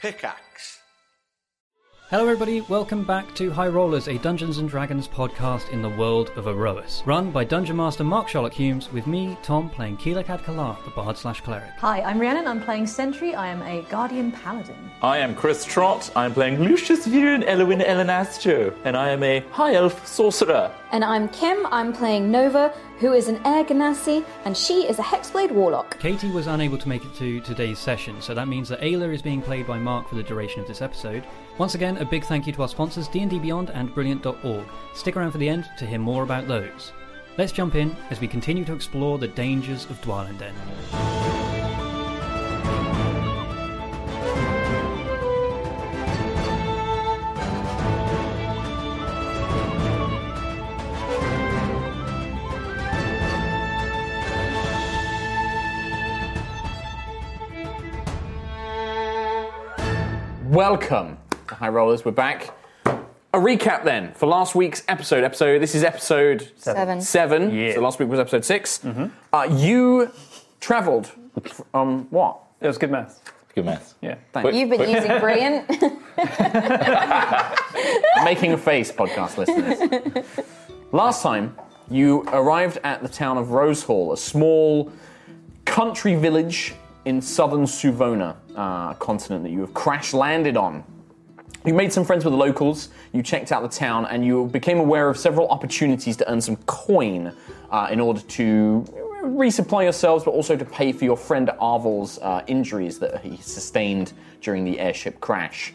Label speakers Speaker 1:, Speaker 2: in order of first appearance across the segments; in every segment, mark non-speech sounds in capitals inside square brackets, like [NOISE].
Speaker 1: Pickaxe.
Speaker 2: Hello, everybody. Welcome back to High Rollers, a Dungeons and Dragons podcast in the world of Erois, run by Dungeon Master Mark Sherlock Humes, with me, Tom, playing Keelakad Kalar, the bard slash cleric.
Speaker 3: Hi, I'm Rhiannon. I'm playing Sentry. I am a Guardian Paladin.
Speaker 4: I am Chris Trott. I'm playing Lucius Viren Elwin Elenastro, and I am a high elf sorcerer.
Speaker 5: And I'm Kim, I'm playing Nova, who is an Air Ganassi, and she is a Hexblade Warlock.
Speaker 2: Katie was unable to make it to today's session, so that means that Ayla is being played by Mark for the duration of this episode. Once again, a big thank you to our sponsors, D&D Beyond and Brilliant.org. Stick around for the end to hear more about those. Let's jump in as we continue to explore the dangers of Dwalenden.
Speaker 4: Welcome to High Rollers. We're back. A recap then for last week's episode. Episode. This is episode
Speaker 5: Seven.
Speaker 4: Seven.
Speaker 6: Yeah.
Speaker 4: So last week was episode 6 Uh, you travelled from what?
Speaker 6: It was good maths.
Speaker 4: Good math.
Speaker 6: Yeah.
Speaker 4: Thanks.
Speaker 5: You've been using Brilliant.
Speaker 4: Making a face, podcast listeners. Last time, you arrived at the town of Rosehall, a small country village in southern Suvona, uh, continent that you have crash landed on. You made some friends with the locals, you checked out the town, and you became aware of several opportunities to earn some coin uh, in order to resupply yourselves, but also to pay for your friend Arvel's uh, injuries that he sustained during the airship crash.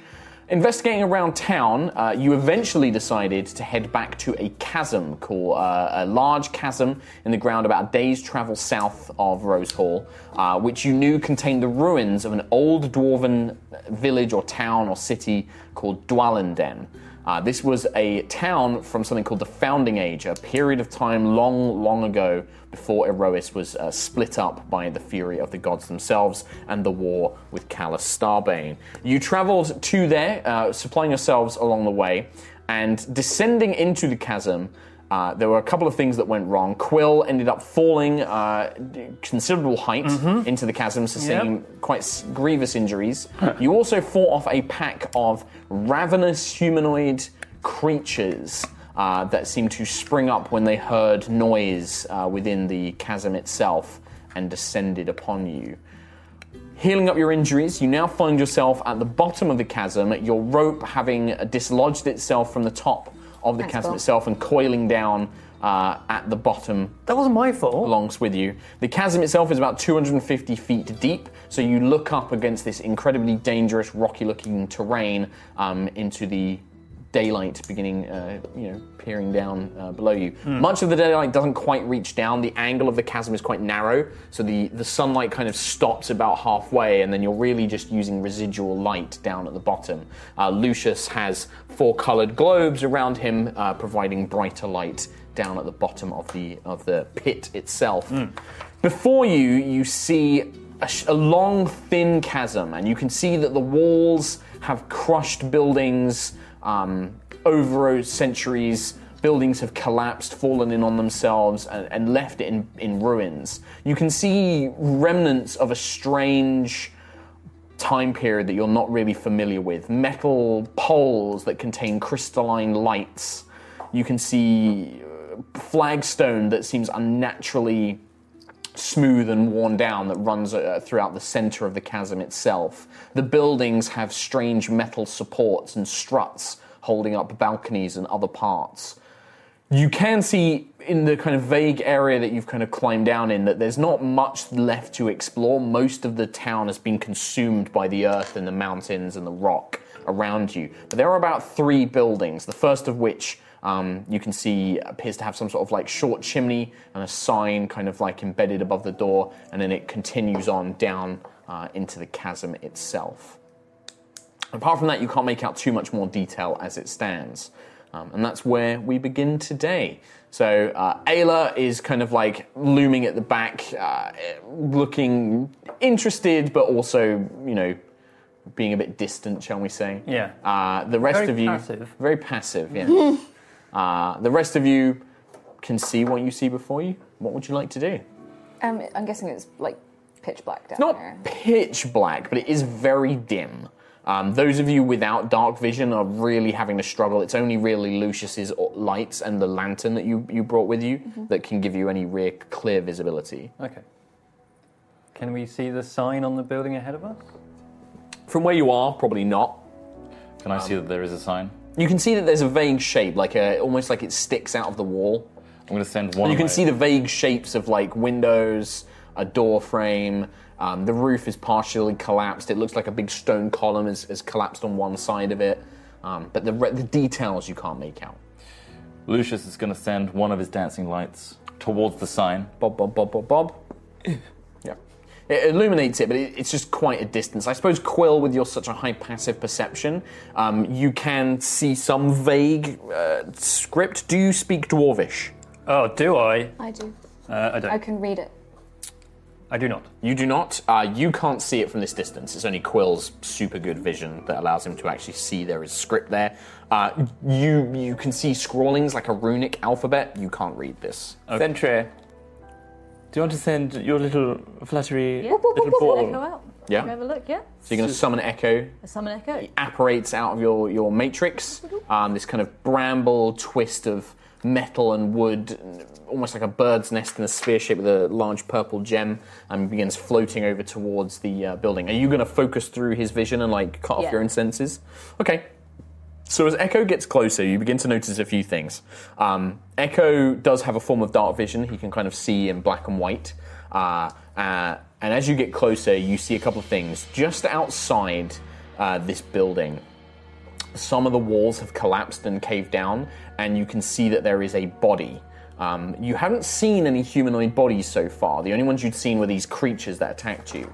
Speaker 4: Investigating around town, uh, you eventually decided to head back to a chasm called uh, a large chasm in the ground about a day's travel south of Rose Hall, uh, which you knew contained the ruins of an old dwarven village or town or city called Dwalenden. Uh, this was a town from something called the Founding Age, a period of time long, long ago before Erois was uh, split up by the fury of the gods themselves and the war with Callus Starbane. You travelled to there, uh, supplying yourselves along the way, and descending into the chasm. Uh, there were a couple of things that went wrong. Quill ended up falling uh, d- considerable height into the chasm, sustaining quite s- grievous injuries. you also fought off a pack of ravenous humanoid creatures uh, that seemed to spring up when they heard noise uh, within the chasm itself and descended upon you. Healing up your injuries, you now find yourself at the bottom of the chasm, your rope having dislodged itself from the top of the
Speaker 5: That's
Speaker 4: chasm
Speaker 5: cool.
Speaker 4: itself and coiling down uh, at the bottom
Speaker 6: That wasn't my fault.
Speaker 4: belongs with you. The chasm itself is about 250 feet deep, so you look up against this incredibly dangerous, rocky-looking terrain um, into the daylight beginning, uh, you know, peering down uh, below you.
Speaker 6: Hmm.
Speaker 4: Much of the daylight doesn't quite reach down. The angle of the chasm is quite narrow, so the, the sunlight kind of stops about halfway, and then you're really just using residual light down at the bottom. Uh, Lucius has four coloured globes around him, uh, providing brighter light down at the bottom of the of the pit itself. Before you, you see a, sh- a long, thin chasm, and you can see that the walls have crushed buildings um, over centuries. Buildings have collapsed, fallen in on themselves, and, and left it in, in ruins. You can see remnants of a strange time period that you're not really familiar with. Metal poles that contain crystalline lights. You can see uh, flagstone that seems unnaturally smooth and worn down that runs uh, throughout the center of the chasm itself. The buildings have strange metal supports and struts holding up balconies and other parts you can see in the kind of vague area that you've kind of climbed down in that there's not much left to explore. Most of the town has been consumed by the earth and the mountains and the rock around you. But there are about three buildings, the first of which um, you can see appears to have some sort of like short chimney and a sign kind of like embedded above the door, and then it continues on down uh, into the chasm itself. Apart from that, you can't make out too much more detail as it stands. Um, and that's where we begin today. So uh, Ayla is kind of like looming at the back, uh, looking interested, but also, you know, being a bit distant, shall we say?
Speaker 6: Yeah.
Speaker 4: Uh, the rest
Speaker 6: Very
Speaker 4: of you
Speaker 6: passive.
Speaker 4: very passive. Yeah.
Speaker 6: [LAUGHS]
Speaker 4: uh, the rest of you can see what you see before you. What would you like to do?
Speaker 5: um, I'm guessing it's like pitch black down
Speaker 4: Not
Speaker 5: there.
Speaker 4: pitch black, but it is very dim. Um, those of you without dark vision are really having a struggle. It's only really Lucius's o- lights and the lantern that you, you brought with you that can give you any real clear visibility.
Speaker 1: Okay. Can we see the sign on the building ahead of us?
Speaker 4: From where you are, probably not.
Speaker 6: Can I see that there is a sign?
Speaker 4: You can see that there's a vague shape, like a, almost like it sticks out of the wall.
Speaker 6: I'm going to send one.
Speaker 4: you can
Speaker 6: away.
Speaker 4: see the vague shapes of like windows, a door frame. Um, the roof is partially collapsed. It looks like a big stone column has, has collapsed on one side of it. Um, but the, re- the details you can't make out.
Speaker 6: Lucius is going to send one of his dancing lights towards the sign.
Speaker 4: Bob, Bob, Bob, Bob, Bob. yeah. It illuminates it, but it, it's just quite a distance. I suppose Quill, with your such a high passive perception, um, you can see some vague uh, script. Do you speak Dwarvish?
Speaker 1: Oh, do I?
Speaker 5: I do.
Speaker 1: Uh, I don't.
Speaker 5: I can read it.
Speaker 1: I do not.
Speaker 4: You do not. Uh, you can't see it from this distance. It's only Quill's super good vision that allows him to actually see there is script there. Uh, you you can see scrawlings like a runic alphabet. You can't read this.
Speaker 6: Sentry, do you want to send your little fluttery
Speaker 3: Yeah.
Speaker 6: little
Speaker 3: Echo
Speaker 6: ball?
Speaker 3: out.
Speaker 4: Yeah.
Speaker 3: Can we Have a look. Yeah.
Speaker 4: So you're going to summon Echo.
Speaker 3: Summon echo.
Speaker 4: apparates out of your, your matrix. Um, this kind of bramble twist of metal and wood, almost like a bird's nest in a sphere shape with a large purple gem, and begins floating over towards the uh, building. Are you going to focus through his vision and like cut off
Speaker 3: Yeah.
Speaker 4: your own senses? Okay. So as Echo gets closer, you begin to notice a few things. Um, Echo does have a form of dark vision; he can kind of see in black and white. Uh, uh, and as you get closer, you see a couple of things. Just outside uh, this building, some of the walls have collapsed and caved down, and you can see that there is a body. Um, you haven't seen any humanoid bodies so far. The only ones you'd seen were these creatures that attacked you.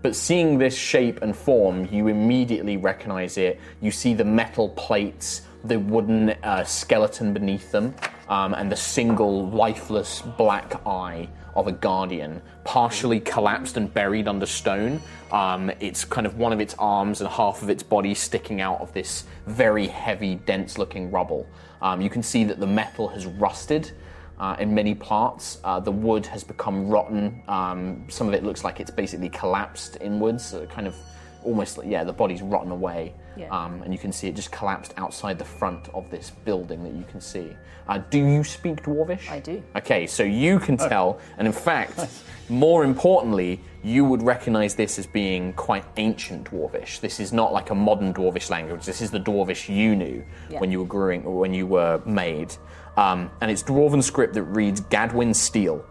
Speaker 4: But seeing this shape and form, you immediately recognize it. You see the metal plates, the wooden uh, skeleton beneath them, um, and the single lifeless black eye of a guardian, partially collapsed and buried under stone. Um, it's kind of one of its arms and half of its body sticking out of this very heavy, dense looking rubble. Um, you can see that the metal has rusted. Uh, in many parts, uh, the wood has become rotten. Um, some of it looks like it's basically collapsed inwards, so kind of almost, like- yeah, the body's rotten away.
Speaker 3: Yeah.
Speaker 4: Um, and you can see it just collapsed outside the front of this building that you can see. Uh, do you speak Dwarvish?
Speaker 3: I do.
Speaker 4: Okay, so you can tell, and in fact, more importantly, you would recognize this as being quite ancient Dwarvish. This is not like a modern Dwarvish language. This is the Dwarvish you knew
Speaker 3: Yeah.
Speaker 4: when you were growing, or when you were made. Um, and it's Dwarven script that reads Gadwin Steel.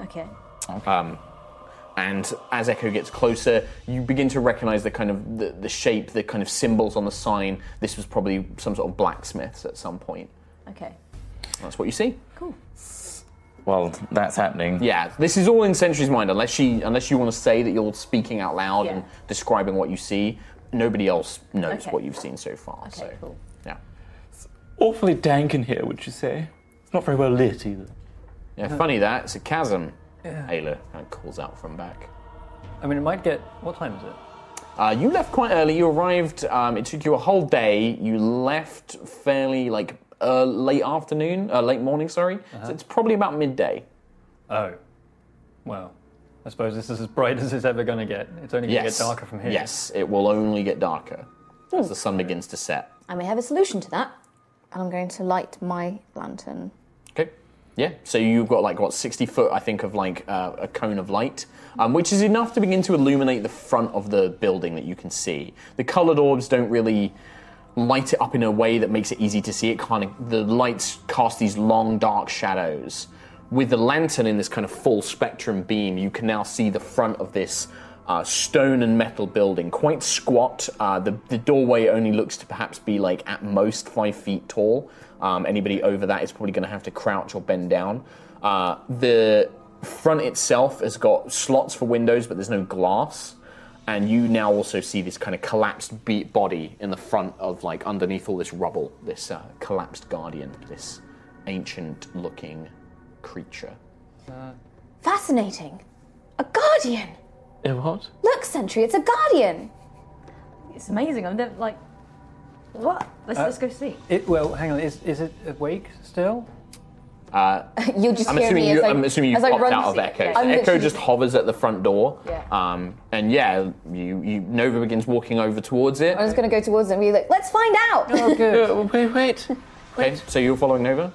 Speaker 3: Okay.
Speaker 4: And as Echo gets closer, you begin to recognize the kind of the, the shape, the kind of symbols on the sign. This was probably some sort of blacksmiths at some point.
Speaker 3: Okay.
Speaker 4: That's what you see.
Speaker 3: Cool.
Speaker 6: Well, that's happening.
Speaker 4: Yeah, this is all in Sentry's mind. Unless she, unless you want to say that you're speaking out loud
Speaker 3: Yeah.
Speaker 4: and describing what you see, nobody else knows
Speaker 3: Okay.
Speaker 4: what you've seen so far.
Speaker 3: Okay.
Speaker 4: so,
Speaker 3: Cool.
Speaker 4: yeah,
Speaker 6: Awfully dank in here, would you say? It's not very well lit either.
Speaker 4: yeah. Funny that it's a chasm. Ayla kind of calls out from back.
Speaker 1: I mean, it might get. What time is it?
Speaker 4: Uh, you left quite early. You arrived. Um, it took you a whole day. You left fairly like uh, late afternoon, uh, late morning. Sorry,
Speaker 1: Uh-huh.
Speaker 4: so it's probably about midday.
Speaker 1: Oh. Well, I suppose this is as bright as it's ever going to get. It's only going to
Speaker 4: Yes,
Speaker 1: get darker from here.
Speaker 4: Yes, it will only get darker
Speaker 3: Hmm.
Speaker 4: as the sun begins to set.
Speaker 5: I may have a solution to that. And I'm going to light my lantern.
Speaker 4: Okay. Yeah. So you've got like what sixty foot, I think, of like uh, a cone of light, um, which is enough to begin to illuminate the front of the building that you can see. The coloured orbs don't really light it up in a way that makes it easy to see. It kind of the lights cast these long dark shadows. With the lantern in this kind of full spectrum beam, you can now see the front of this uh, stone and metal building, quite squat. Uh, the, the doorway only looks to perhaps be like at most five feet tall. Um, anybody over that is probably going to have to crouch or bend down. Uh, the front itself has got slots for windows, but there's no glass. And you now also see this kind of collapsed be- body in the front of, like, underneath all this rubble, this uh, collapsed guardian, this ancient looking creature.
Speaker 5: Fascinating. A guardian.
Speaker 6: A what?
Speaker 5: Look, Sentry, it's a guardian.
Speaker 3: It's amazing. I'm never, like,
Speaker 4: Uh,
Speaker 3: what? Let's let's go see.
Speaker 1: It, well, hang on. Is, is it awake still?
Speaker 4: Uh,
Speaker 5: You'll just
Speaker 4: I'm
Speaker 5: hear
Speaker 4: assuming
Speaker 5: me
Speaker 4: you.
Speaker 5: as I,
Speaker 4: I'm assuming you
Speaker 5: as I
Speaker 4: popped
Speaker 5: run
Speaker 4: out of
Speaker 5: to-
Speaker 4: Echo.
Speaker 5: yeah.
Speaker 4: So
Speaker 5: I'm
Speaker 4: Echo
Speaker 5: literally-
Speaker 4: just hovers at the front door.
Speaker 5: Yeah.
Speaker 4: Um, and yeah, you, you Nova begins walking over towards it.
Speaker 5: I was going to go towards them and be like, let's find out.
Speaker 4: Uh, wait, wait. Okay, so you're following Nova.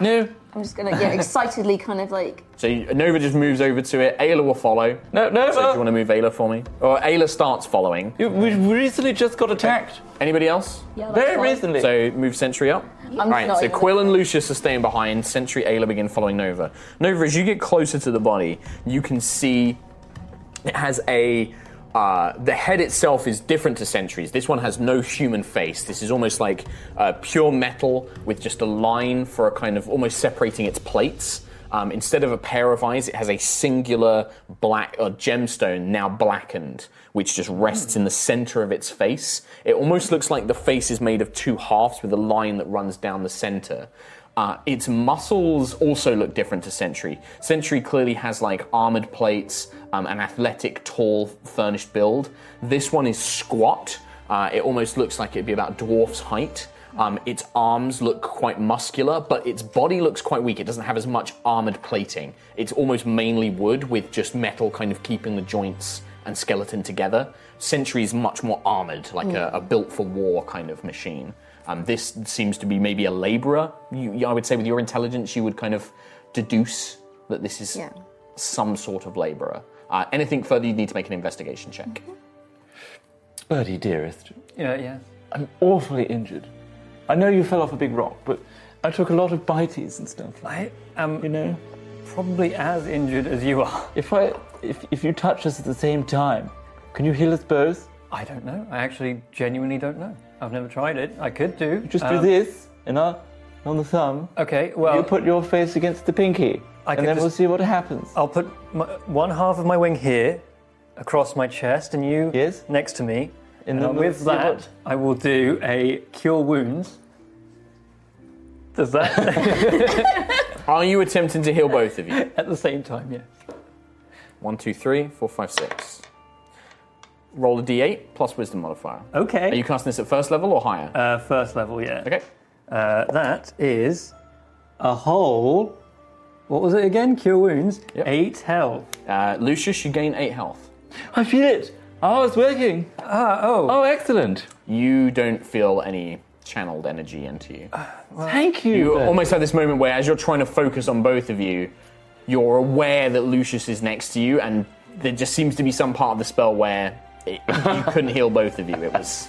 Speaker 6: No,
Speaker 5: I'm just going to, yeah, [LAUGHS] excitedly kind of like,
Speaker 4: So you- Nova just moves over to it. Ayla will follow.
Speaker 6: no, no.
Speaker 4: So do you want to move Ayla for me? Or Ayla starts following.
Speaker 6: You- We we recently just got attacked.
Speaker 4: Anybody else?
Speaker 5: yeah,
Speaker 6: Very
Speaker 5: that's fine.
Speaker 6: recently.
Speaker 4: So move Sentry up.
Speaker 5: I'm
Speaker 4: Right,
Speaker 5: not
Speaker 4: so
Speaker 5: even-
Speaker 4: Quill and Lucius are staying behind. Sentry Ayla begin following Nova. Nova, as you get closer to the body, you can see it has a. Uh, the head itself is different to Sentry's. This one has no human face. This is almost like uh, pure metal with just a line for a kind of almost separating its plates. Um, instead of a pair of eyes, it has a singular black or gemstone now blackened, which just rests in the center of its face. It almost looks like the face is made of two halves with a line that runs down the center. Uh, its muscles also look different to Sentry. Sentry clearly has like armored plates, um, an athletic, tall, furnished build. This one is squat. Uh, it almost looks like it'd be about dwarf's height. Um, its arms look quite muscular, but its body looks quite weak. It doesn't have as much armored plating. It's almost mainly wood with just metal kind of keeping the joints and skeleton together. Sentry is much more armored, like a, a built for war kind of machine. Um, this seems to be maybe a laborer. You, you- I would say with your intelligence, you would kind of deduce that this is
Speaker 5: Yeah.
Speaker 4: some sort of laborer. Uh, anything further, you'd need to make an investigation check.
Speaker 6: Birdie, dearest,
Speaker 1: Yeah, yeah.
Speaker 6: I'm awfully injured. I know you fell off a big rock, but I took a lot of bites and stuff.
Speaker 1: I am
Speaker 6: you know,
Speaker 1: probably as injured as you are.
Speaker 6: if I if if you touch us at the same time, can you heal us both?
Speaker 1: I don't know. I actually genuinely don't know. I've never tried it. I could do.
Speaker 6: Just do
Speaker 1: Um,
Speaker 6: this, and I'll on the thumb.
Speaker 1: Okay, well,
Speaker 6: you put your face against the pinky,
Speaker 1: I could
Speaker 6: and then we'll
Speaker 1: just- Oh.
Speaker 6: see what happens.
Speaker 1: I'll put my, one half of my wing here across my chest and you
Speaker 6: Yes.
Speaker 1: next to me.
Speaker 6: And
Speaker 1: And,
Speaker 6: then we'll
Speaker 1: with
Speaker 6: see
Speaker 1: that,
Speaker 6: what-
Speaker 1: I will do a cure wounds. Does that [LAUGHS]
Speaker 4: Are you attempting to heal both of you?
Speaker 1: at the same time? Yes.
Speaker 4: One, two, three, four, five, six. Roll a d8 plus wisdom modifier.
Speaker 1: Okay.
Speaker 4: Are you casting this at first level or higher?
Speaker 1: uh, first level, yeah.
Speaker 4: okay.
Speaker 1: Uh, that is a whole. What was it again? Cure wounds.
Speaker 4: Yep.
Speaker 1: Eight health.
Speaker 4: Uh, Lucius, you gain 8 health.
Speaker 6: I feel it. Oh, it's working.
Speaker 1: Ah, oh.
Speaker 6: Oh, excellent.
Speaker 4: You don't feel any channeled energy into you.
Speaker 6: Ah, Thank you.
Speaker 4: You
Speaker 6: Birdie.
Speaker 4: almost have this moment where, as you're trying to focus on both of you, you're aware that Lucius is next to you, and there just seems to be some part of the spell where it, you
Speaker 6: [LAUGHS]
Speaker 4: couldn't heal both of you. It was.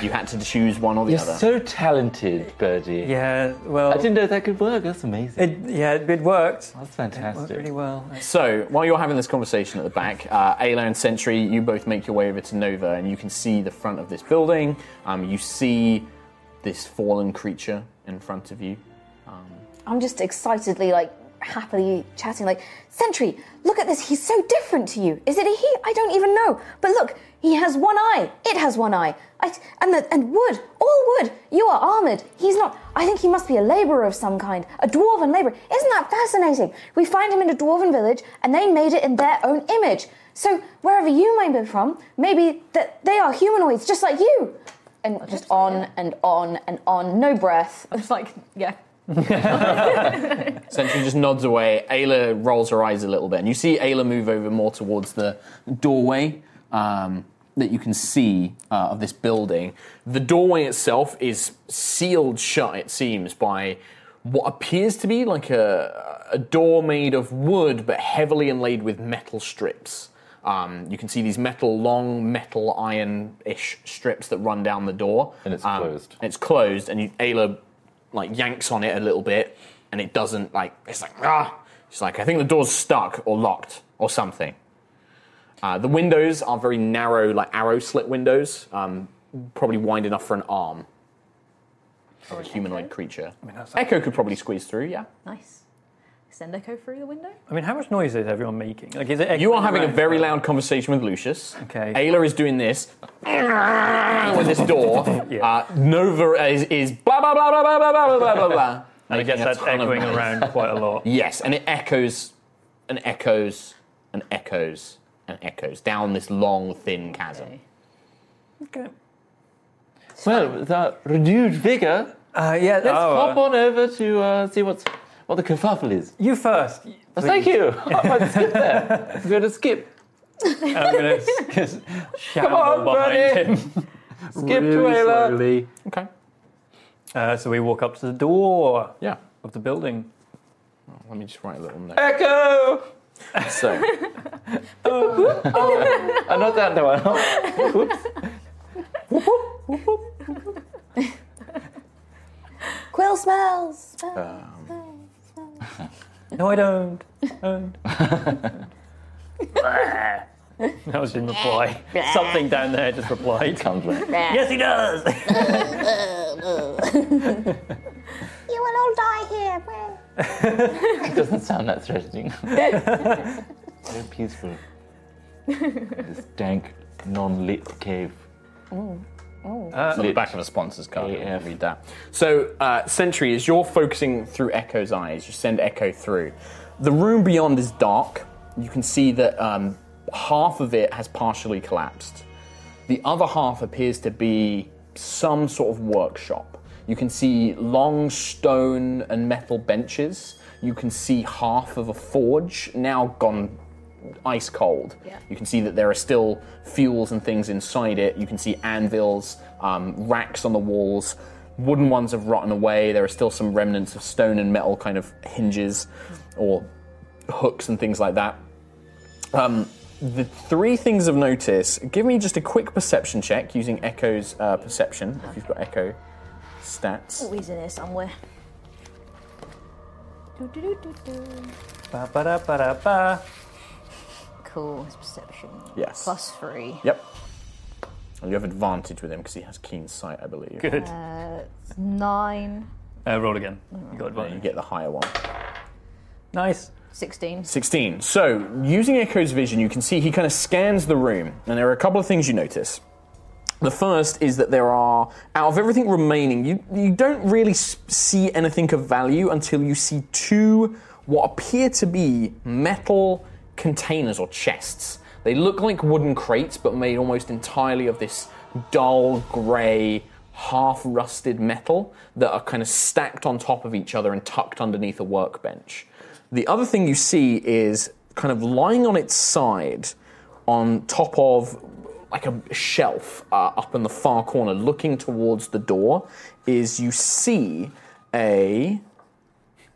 Speaker 4: You had to choose one or the
Speaker 6: You're
Speaker 4: other.
Speaker 6: so talented, Birdie.
Speaker 1: Yeah. Well.
Speaker 6: I didn't know that could work. That's amazing.
Speaker 1: It, yeah, it, it worked.
Speaker 6: That's
Speaker 1: It worked
Speaker 6: fantastic.
Speaker 1: really well.
Speaker 4: So, while you're having this conversation at the back, uh, Ayla and Sentry, you both make your way over to Nova, and you can see the front of this building. Um, you see this fallen creature in front of you.
Speaker 5: I'm just excitedly like happily chatting like, Sentry, look at this. He's so different to you. Is it a he? I don't even know. But look, he has one eye. It has one eye. I, and the, and wood, all wood. You are armored. He's not. I think he must be a laborer of some kind, a dwarven laborer. Isn't that fascinating? We find him in a dwarven village, and they made it in their own image. So wherever you may be from, maybe that they are humanoids just like you. And just on and on and on, no breath.
Speaker 3: [LAUGHS] It's like, yeah.
Speaker 4: Sentry just nods away. Ayla rolls her eyes a little bit, and you see Ayla move over more towards the doorway um, that you can see uh, of this building. The doorway itself is sealed shut, it seems, by what appears to be like a, a door made of wood, but heavily inlaid with metal strips. Um, you can see these metal, long metal iron-ish strips that run down the door, Um,
Speaker 6: And it's closed.
Speaker 4: and it's closed, and you, Ayla like yanks on it a little bit, and it doesn't like. It's like ah. She's like, I think the door's stuck or locked or something. Uh, the windows are very narrow, like arrow slit windows, um, probably wide enough for an arm of a humanoid creature.
Speaker 1: that's-
Speaker 4: Echo could probably squeeze through. Yeah,
Speaker 3: Nice. Send Echo through the window.
Speaker 1: I mean, how much noise is everyone making? Like, is it?
Speaker 4: you are
Speaker 1: echoing
Speaker 4: having a
Speaker 1: around?
Speaker 4: very loud conversation with Lucius.
Speaker 1: Okay.
Speaker 4: Ayla is doing this [LAUGHS] with this door.
Speaker 1: [LAUGHS] Yeah.
Speaker 4: uh, Nova is, is blah blah blah blah blah blah blah blah blah
Speaker 1: [LAUGHS]
Speaker 4: blah.
Speaker 1: I guess that's echoing around quite a lot.
Speaker 4: Yes, and it echoes and echoes and echoes and echoes down this long, thin chasm.
Speaker 1: Okay.
Speaker 6: Well, with our renewed vigor,
Speaker 1: [LAUGHS] Uh, yeah.
Speaker 6: let's
Speaker 1: oh,
Speaker 4: uh,
Speaker 6: hop on over to uh, see what's what the kerfuffle is.
Speaker 1: You first.
Speaker 6: Thank you. [LAUGHS] I
Speaker 1: [LAUGHS]
Speaker 6: might skip there. I'm going to skip.
Speaker 1: I'm [LAUGHS] going to shout
Speaker 6: on,
Speaker 1: behind
Speaker 6: Bernie.
Speaker 1: him. [LAUGHS]
Speaker 6: Skip
Speaker 1: really
Speaker 6: to Ayla.
Speaker 1: slowly.
Speaker 4: Okay.
Speaker 1: Uh, so we walk up to the door
Speaker 4: Yeah. Oh,
Speaker 1: of the building.
Speaker 4: Let me just write a little note.
Speaker 6: Echo.
Speaker 4: So,
Speaker 6: Uh, not that one.
Speaker 5: Quill smells.
Speaker 1: Um, No, I don't. don't.
Speaker 4: [LAUGHS]
Speaker 1: [LAUGHS] that was
Speaker 4: [LAUGHS]
Speaker 1: in reply. Something down there just replied.
Speaker 6: Comes back.
Speaker 1: [LAUGHS] Yes, he does.
Speaker 5: You will all die here. Well,
Speaker 6: It doesn't sound that threatening. [LAUGHS] Very peaceful. this dank, non-lit cave.
Speaker 4: on the back of a sponsor's card.
Speaker 6: Yeah.
Speaker 4: I'll Read that. So, uh, Sentry, as you're focusing through Echo's eyes, you send Echo through. The room beyond is dark. You can see that um, half of it has partially collapsed. The other half appears to be some sort of workshop. You can see long stone and metal benches. You can see half of a forge now gone ice cold. You can see that there are still fuels and things inside it. You can see anvils, um, racks on the walls. Wooden ones have rotten away. There are still some remnants of stone and metal kind of hinges or hooks and things like that. Um, the three things of notice give me just a quick perception check using Echo's uh, perception, if you've got Echo
Speaker 3: Oh,
Speaker 4: stats.
Speaker 5: he's in here somewhere.
Speaker 1: ba, ba, da, ba, da, ba.
Speaker 5: Cool. His perception.
Speaker 4: Yes.
Speaker 5: Plus three.
Speaker 4: Yep. And you have advantage with him because he has keen sight, I believe.
Speaker 1: Good.
Speaker 5: Uh, it's nine.
Speaker 1: Uh, roll again. You got
Speaker 4: You
Speaker 1: advantage.
Speaker 4: get the higher one.
Speaker 1: Nice.
Speaker 5: Sixteen.
Speaker 4: 16. So, using Echo's vision, you can see he kind of scans the room, and there are a couple of things you notice. The first is that there are, out of everything remaining, you, you don't really s- see anything of value until you see two what appear to be metal containers or chests. They look like wooden crates, but made almost entirely of this dull grey, half rusted metal that are kind of stacked on top of each other and tucked underneath a workbench. The other thing you see is kind of lying on its side on top of like a shelf uh, up in the far corner looking towards the door is you see a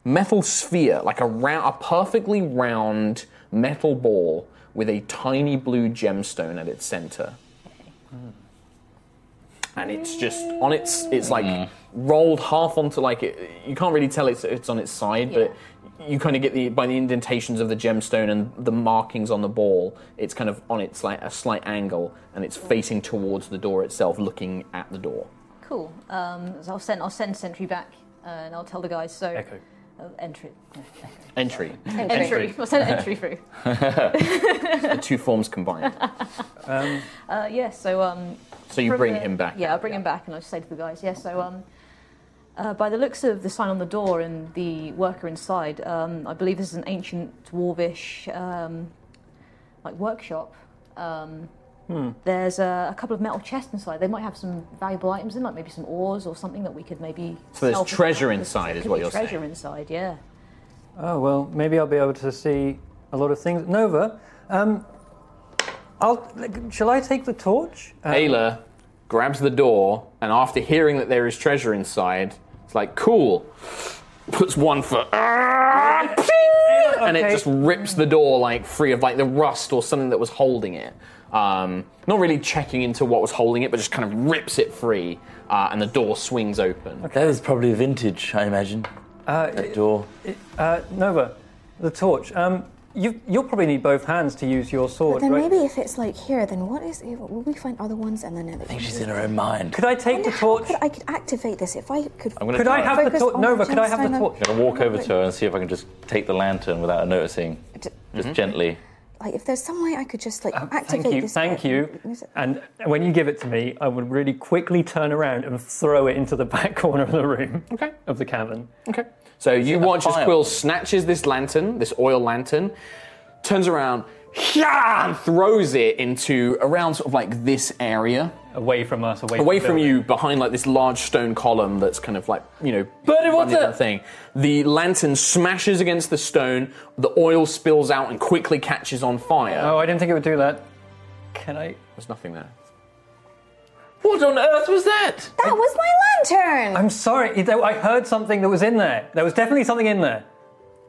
Speaker 4: metal sphere like a round, a perfectly round metal ball with a tiny blue gemstone at its center Hmm. and it's just on its it's like rolled half onto like it, you can't really tell it's it's on its side but you kind of get the by the indentations of the gemstone and the markings on the ball it's kind of on its like a slight angle and it's facing towards the door itself looking at the door
Speaker 3: Cool. Um, so I'll send I'll send Sentry back, uh, and I'll tell the guys. So
Speaker 1: Echo.
Speaker 3: Uh, entry. no, [LAUGHS]
Speaker 4: entry
Speaker 3: Entry. I'll send entry through.
Speaker 4: the two forms combined
Speaker 3: Uh, yeah. So um,
Speaker 4: so you
Speaker 3: from
Speaker 4: bring
Speaker 3: the-
Speaker 4: him back
Speaker 3: Yeah, I'll bring him back and I'll just say to the guys, yeah, so um, uh, by the looks of the sign on the door and the worker inside, um, I believe this is an ancient dwarvish um, like workshop. Um, There's a, a couple of metal chests inside. They might have some valuable items in, like maybe some ores or something that we could maybe.
Speaker 4: So there's
Speaker 3: sell for-
Speaker 4: treasure inside is
Speaker 3: could
Speaker 4: what
Speaker 3: be
Speaker 4: you're
Speaker 3: treasure
Speaker 4: saying.
Speaker 3: inside, yeah.
Speaker 1: Oh well, maybe I'll be able to see a lot of things. Nova, um, I'll. like, Shall I take the torch? Uh,
Speaker 4: Ayla grabs the door, and after hearing that there is treasure inside, it's like, cool. Puts one foot, ah, ping, and it
Speaker 1: Okay.
Speaker 4: just rips the door like free of like the rust or something that was holding it. Um, not really checking into what was holding it, but just kind of rips it free, uh, and the door swings open.
Speaker 6: That was probably vintage, I imagine.
Speaker 1: uh,
Speaker 6: That door.
Speaker 1: uh, Nova, the torch. Um, you, you'll probably need both hands to use your sword.
Speaker 5: Then
Speaker 1: right?
Speaker 5: maybe if it's like here, then what is? Will we find other ones and then? I think
Speaker 6: She's in her own mind.
Speaker 1: Could I take the torch?
Speaker 5: Could, I could activate this if I could.
Speaker 6: I'm gonna
Speaker 1: Could I
Speaker 6: try.
Speaker 1: have the
Speaker 5: Focus
Speaker 1: torch?
Speaker 5: on
Speaker 1: Nova,
Speaker 5: the
Speaker 1: could I have the
Speaker 5: gemstone.
Speaker 1: torch?
Speaker 6: I'm gonna walk over to her and see if I can just take the lantern without her noticing, just
Speaker 4: Mm-hmm.
Speaker 6: gently.
Speaker 5: Like, if there's some way I could just like activate
Speaker 1: Uh, Thank you,
Speaker 5: this.
Speaker 1: thank you.
Speaker 5: Use it.
Speaker 1: And when you give it to me, I would really quickly turn around and throw it into the [LAUGHS] back corner of the room.
Speaker 4: Okay.
Speaker 1: Of the cavern.
Speaker 4: Okay. So you watch as
Speaker 6: fire.
Speaker 4: Quill snatches this lantern, this oil lantern, turns around, and throws it into around sort of like this area.
Speaker 2: away from us, away,
Speaker 4: away
Speaker 2: from,
Speaker 4: from
Speaker 2: the
Speaker 4: you behind like this large stone column that's kind of like you know
Speaker 2: Birdie, what's
Speaker 4: running
Speaker 2: that?
Speaker 4: that thing the lantern smashes against the stone the oil spills out and quickly catches on fire
Speaker 1: Oh, I didn't think it would do that. Can I?
Speaker 4: there's nothing there what on earth was that
Speaker 5: That was my lantern.
Speaker 1: I'm sorry. it- I heard something that was in there. There was definitely something in there.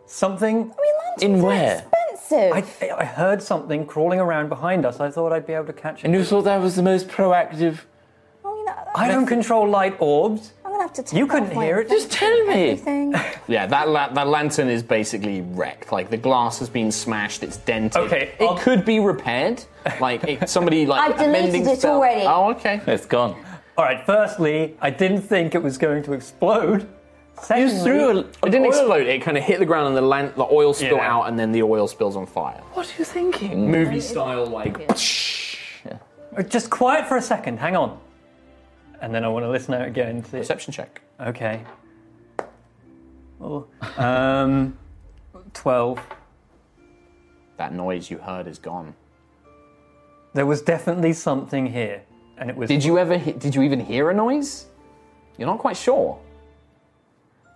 Speaker 1: Something.
Speaker 5: I mean, lanterns
Speaker 4: In
Speaker 5: are
Speaker 4: where?
Speaker 5: Expensive.
Speaker 1: I, I heard something crawling around behind us. I thought I'd be able to catch it.
Speaker 6: And you thought that was the most proactive.
Speaker 5: I mean, I-
Speaker 1: I don't control light orbs.
Speaker 5: I'm gonna have to. Take
Speaker 1: You
Speaker 5: off
Speaker 1: couldn't
Speaker 5: my
Speaker 1: hear it.
Speaker 6: Just tell me.
Speaker 5: Everything.
Speaker 4: yeah that, la- that lantern is basically wrecked like the glass has been smashed it's dented
Speaker 1: Okay,
Speaker 4: it
Speaker 1: I'll-
Speaker 4: could be repaired like it, somebody like
Speaker 5: I've
Speaker 4: a
Speaker 5: deleted
Speaker 4: mending
Speaker 5: it
Speaker 4: spell-
Speaker 5: already.
Speaker 4: oh okay
Speaker 6: It's gone.
Speaker 1: All right. Firstly, I didn't think it was going to explode.
Speaker 6: You
Speaker 1: Secondly,
Speaker 6: threw a.
Speaker 4: it didn't explode it kind of hit the ground and the, lan- the oil spilled
Speaker 1: Yeah.
Speaker 4: out and then the oil spills on fire
Speaker 6: What are you thinking?
Speaker 4: movie style like
Speaker 1: uh, Just quiet for a second. Hang on. And then I want to listen out again. and see-
Speaker 4: perception check
Speaker 1: Okay. Well, um, twelve.
Speaker 4: That noise you heard is gone.
Speaker 1: There was definitely something here, and it was.
Speaker 4: Did you ever? He- did you even hear a noise? You're not quite sure.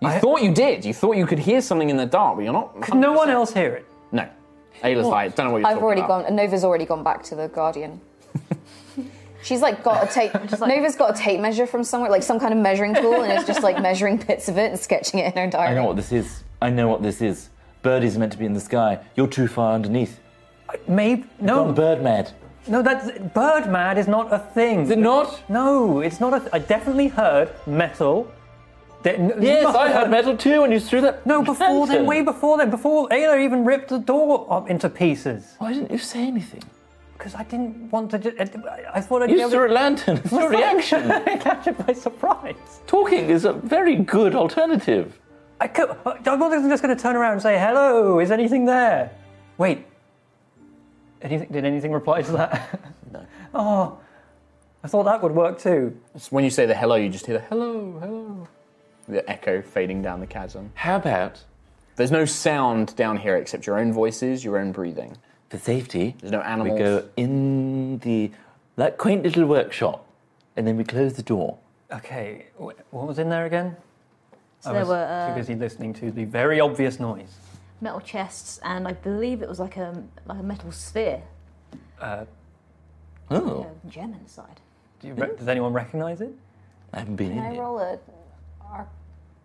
Speaker 4: You
Speaker 1: I-
Speaker 4: thought you did. You thought you could hear something in the dark, but you're not. [LAUGHS]
Speaker 1: Could no one else hear it?
Speaker 4: No. Ayla's like, don't know what you're
Speaker 5: I've
Speaker 4: talking
Speaker 5: already
Speaker 4: about.
Speaker 5: gone. Nova's already gone back to the Guardian. She's like got a
Speaker 4: [LAUGHS]
Speaker 5: tape. Nova's got a tape measure from somewhere, like some kind of measuring tool, and it's just like measuring bits of it and sketching it in her
Speaker 6: I
Speaker 5: diary.
Speaker 6: know what this is. I know what this is. Birdie's meant to be in the sky. You're too far underneath.
Speaker 1: Maybe
Speaker 6: Gone
Speaker 1: no,
Speaker 6: bird mad.
Speaker 1: no. That's bird mad is not a thing.
Speaker 6: Is it not?
Speaker 1: No, it's not a. Th- I definitely heard metal. De- n- you
Speaker 6: Yes,
Speaker 1: must
Speaker 6: I
Speaker 1: have
Speaker 6: heard metal too when you threw that.
Speaker 1: No, before then,
Speaker 6: lantern.
Speaker 1: way before then, before Ayla even ripped the door up into pieces.
Speaker 6: Why didn't you say anything?
Speaker 1: Because I didn't want to. Just, I, I thought I'd be
Speaker 6: You
Speaker 1: able
Speaker 6: threw
Speaker 1: to
Speaker 6: a lantern. It's a reaction.
Speaker 1: [LAUGHS] catch it by surprise.
Speaker 6: Talking is a very good alternative.
Speaker 1: I could, I wasn't just going to turn around and say hello. Is anything there? Wait. Anything? Did anything reply to [LAUGHS] that? No. Oh, I thought that would work too.
Speaker 4: When you say the hello, you just hear the hello, hello. The echo fading down the chasm.
Speaker 6: How about
Speaker 4: There's no sound down here except your own voices, your own breathing.
Speaker 6: for safety?
Speaker 4: There's no
Speaker 6: We
Speaker 4: animals.
Speaker 6: go in the that quaint little workshop, and then we close the door.
Speaker 1: Okay. wh- What was in there again?
Speaker 3: So
Speaker 1: I
Speaker 3: there
Speaker 1: was
Speaker 3: were uh,
Speaker 1: too busy listening to the very obvious noise.
Speaker 3: metal chests, and I believe it was like a like a metal sphere.
Speaker 6: Oh,
Speaker 3: A gem inside.
Speaker 1: Do you
Speaker 3: Hmm?
Speaker 1: re- does anyone recognise it?
Speaker 6: I haven't been in
Speaker 5: Can I
Speaker 6: yet.
Speaker 5: roll a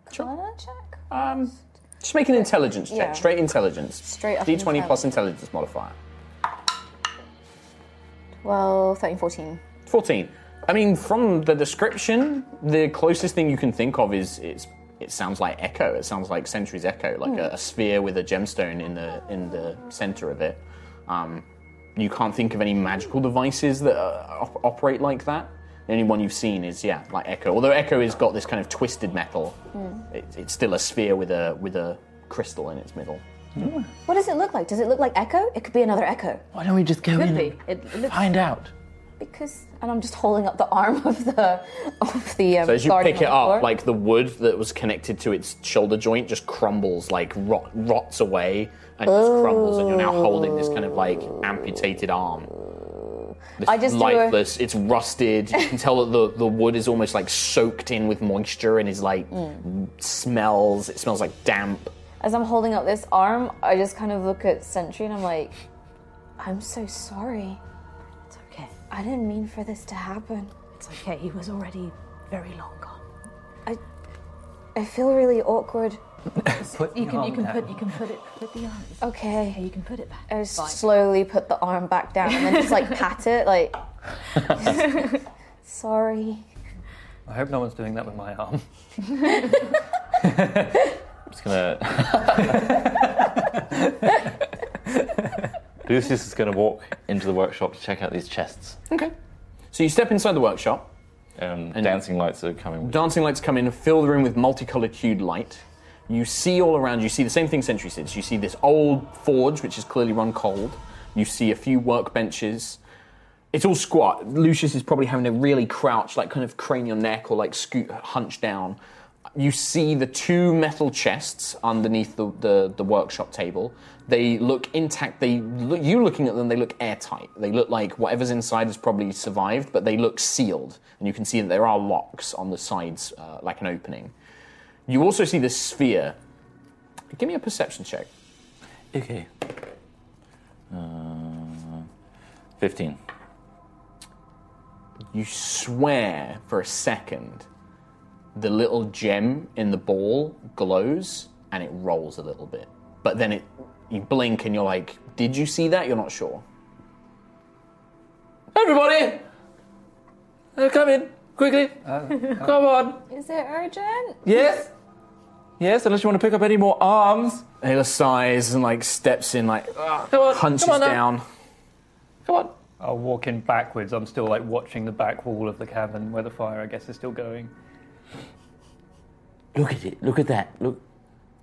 Speaker 5: Arcana check?
Speaker 4: Um, just make an intelligence check.
Speaker 5: Yeah.
Speaker 4: Straight intelligence.
Speaker 5: Straight up
Speaker 4: D20 plus intelligence modifier.
Speaker 5: Well, 13, 14.
Speaker 4: 14. I mean, from the description, the closest thing you can think of is it's it sounds like echo. It sounds like Sentry's echo, like a, a sphere with a gemstone in the in the center of it. Um, you can't think of any magical devices that uh, op- operate like that. The only one you've seen is yeah, like echo. Although echo has got this kind of twisted metal, it, it's still a sphere with a with a crystal in its middle.
Speaker 5: What does it look like? Does it look like Echo? It could be another Echo.
Speaker 6: Why don't we just go
Speaker 3: Could
Speaker 6: in?
Speaker 3: be. It, it
Speaker 6: And
Speaker 3: looks.
Speaker 6: find out.
Speaker 5: Because, and I'm just holding up the arm of the of the. Um,
Speaker 4: So as you
Speaker 5: guardian
Speaker 4: pick it
Speaker 5: on the floor.
Speaker 4: up, like the wood that was connected to its shoulder joint just crumbles, like rot, rots away, and just crumbles, and you're now holding this kind of like amputated arm. This
Speaker 5: Oh. I just do a-
Speaker 4: lifeless. It's rusted. You can tell that the, the wood is almost like soaked in with moisture and is like
Speaker 5: Mm.
Speaker 4: smells. It smells like damp.
Speaker 5: as I'm holding up this arm, I just kind of look at Sentry and I'm like, I'm so sorry.
Speaker 3: It's okay.
Speaker 5: I didn't mean for this to happen.
Speaker 3: It's okay. He was already very long gone.
Speaker 5: I feel really awkward.
Speaker 1: Put
Speaker 3: You can you can
Speaker 1: down.
Speaker 3: put you can put it put the arm.
Speaker 5: Okay.
Speaker 3: You can put it back.
Speaker 5: I just slowly put the arm back down and then just like pat it,
Speaker 4: [LAUGHS]
Speaker 5: like, [LAUGHS] sorry.
Speaker 1: I hope no one's doing that with my arm.
Speaker 6: I'm
Speaker 4: [LAUGHS]
Speaker 6: just gonna. Lucius is gonna walk into the workshop to check out these chests.
Speaker 4: Okay. So you step inside the workshop.
Speaker 6: Um, dancing lights are coming.
Speaker 4: Dancing lights come in, fill the room with multicolored hued light. You see all around, you see the same thing Sentry says. You see this old forge, which is clearly run cold. You see a few workbenches. It's all squat. Lucius is probably having to really crouch, like kind of crane your neck or like scoot, hunch down. You see the two metal chests underneath the, the, the workshop table. They look intact. They look, you looking at them, they look airtight. They look like whatever's inside has probably survived, but they look sealed, and you can see that there are locks on the sides, uh, like an opening. You also see this sphere. Give me a perception check.
Speaker 7: Okay. Uh, 15.
Speaker 4: you swear for a second the little gem in the ball glows and it rolls a little bit but then it you blink and you're like did you see that you're not sure
Speaker 7: Everybody! Uh, Come in, quickly. Come on.
Speaker 5: Is it urgent?
Speaker 6: Yes. Yes, unless you want to pick up any more arms.
Speaker 4: Ayla sighs and like steps in like
Speaker 1: Ah,
Speaker 4: ugh,
Speaker 7: Come on.
Speaker 4: hunches
Speaker 7: Come on now.
Speaker 4: down
Speaker 7: Come on.
Speaker 1: [LAUGHS] I'll walk in backwards. I'm still like watching the back wall of the cabin where the fire, I guess, is still going.
Speaker 7: Look at it. Look at that. Look.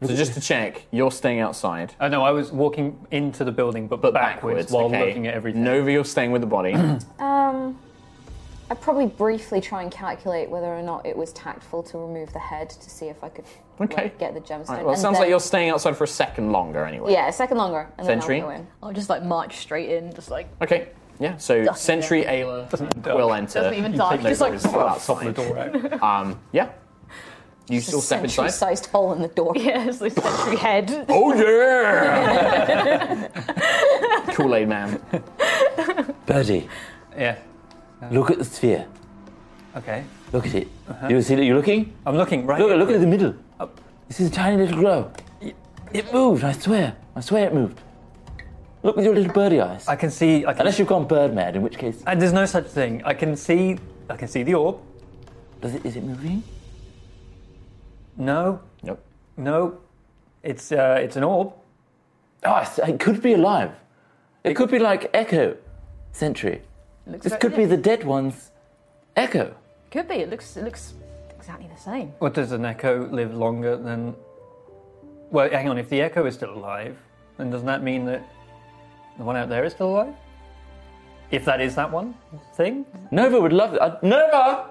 Speaker 4: so just to check you're staying outside
Speaker 1: Oh, I know I was walking into the building, but,
Speaker 4: but
Speaker 1: Uh, backwards,
Speaker 4: backwards,
Speaker 1: while
Speaker 4: okay.
Speaker 1: looking at everything.
Speaker 4: Nova you're staying with the
Speaker 1: [CLEARS THROAT]
Speaker 4: body
Speaker 5: Um, I probably briefly try and calculate whether or not it was tactful to remove the head to see if I could like,
Speaker 4: Okay.
Speaker 5: get the gemstone.
Speaker 4: All right, well it
Speaker 5: And
Speaker 4: sounds
Speaker 5: then-
Speaker 4: like you're staying outside for a second longer anyway
Speaker 5: Yeah, a second longer, and
Speaker 4: Sentry?
Speaker 5: then I'll go in.
Speaker 3: I'll just like march straight in, just like
Speaker 4: okay yeah so
Speaker 3: Doesn't
Speaker 4: sentry Ayla will enter
Speaker 3: doesn't even
Speaker 1: you
Speaker 3: die.
Speaker 1: take
Speaker 3: Just
Speaker 1: that
Speaker 3: like
Speaker 4: Nova's
Speaker 1: Pop the
Speaker 4: outside.
Speaker 1: door out.
Speaker 4: um yeah you still step
Speaker 5: Sentry
Speaker 4: inside
Speaker 5: sized hole in the door.
Speaker 3: yeah, it's like sentry [LAUGHS] head.
Speaker 4: Oh yeah!
Speaker 3: [LAUGHS]
Speaker 4: Kool Aid Man.
Speaker 7: Birdie,
Speaker 1: Yeah.
Speaker 7: look at the sphere.
Speaker 1: Okay.
Speaker 7: Look at it.
Speaker 4: Uh-huh.
Speaker 7: You see that you're looking?
Speaker 1: I'm looking right.
Speaker 7: Look, look at the middle. You see the tiny little glow. It, it moved, I swear. I swear it moved. Look with your little birdie eyes.
Speaker 1: I can see. I can,
Speaker 7: Unless you've gone bird mad, in which case,
Speaker 1: and Uh, there's no such thing. I can see. I can see the orb.
Speaker 7: does it, is it moving?
Speaker 1: No.
Speaker 4: Nope.
Speaker 1: No. It's uh, it's an orb.
Speaker 7: Oh, it's- it could be alive. It could be like Echo, Sentry. This could be the dead one's Echo.
Speaker 3: Could be. It looks. It looks exactly the same.
Speaker 1: Well, does an echo live longer than? Well, hang on. If the echo is still alive, then doesn't that mean that the one out there is still alive? If that is that one thing,
Speaker 7: Nova would love that. Uh, Nova!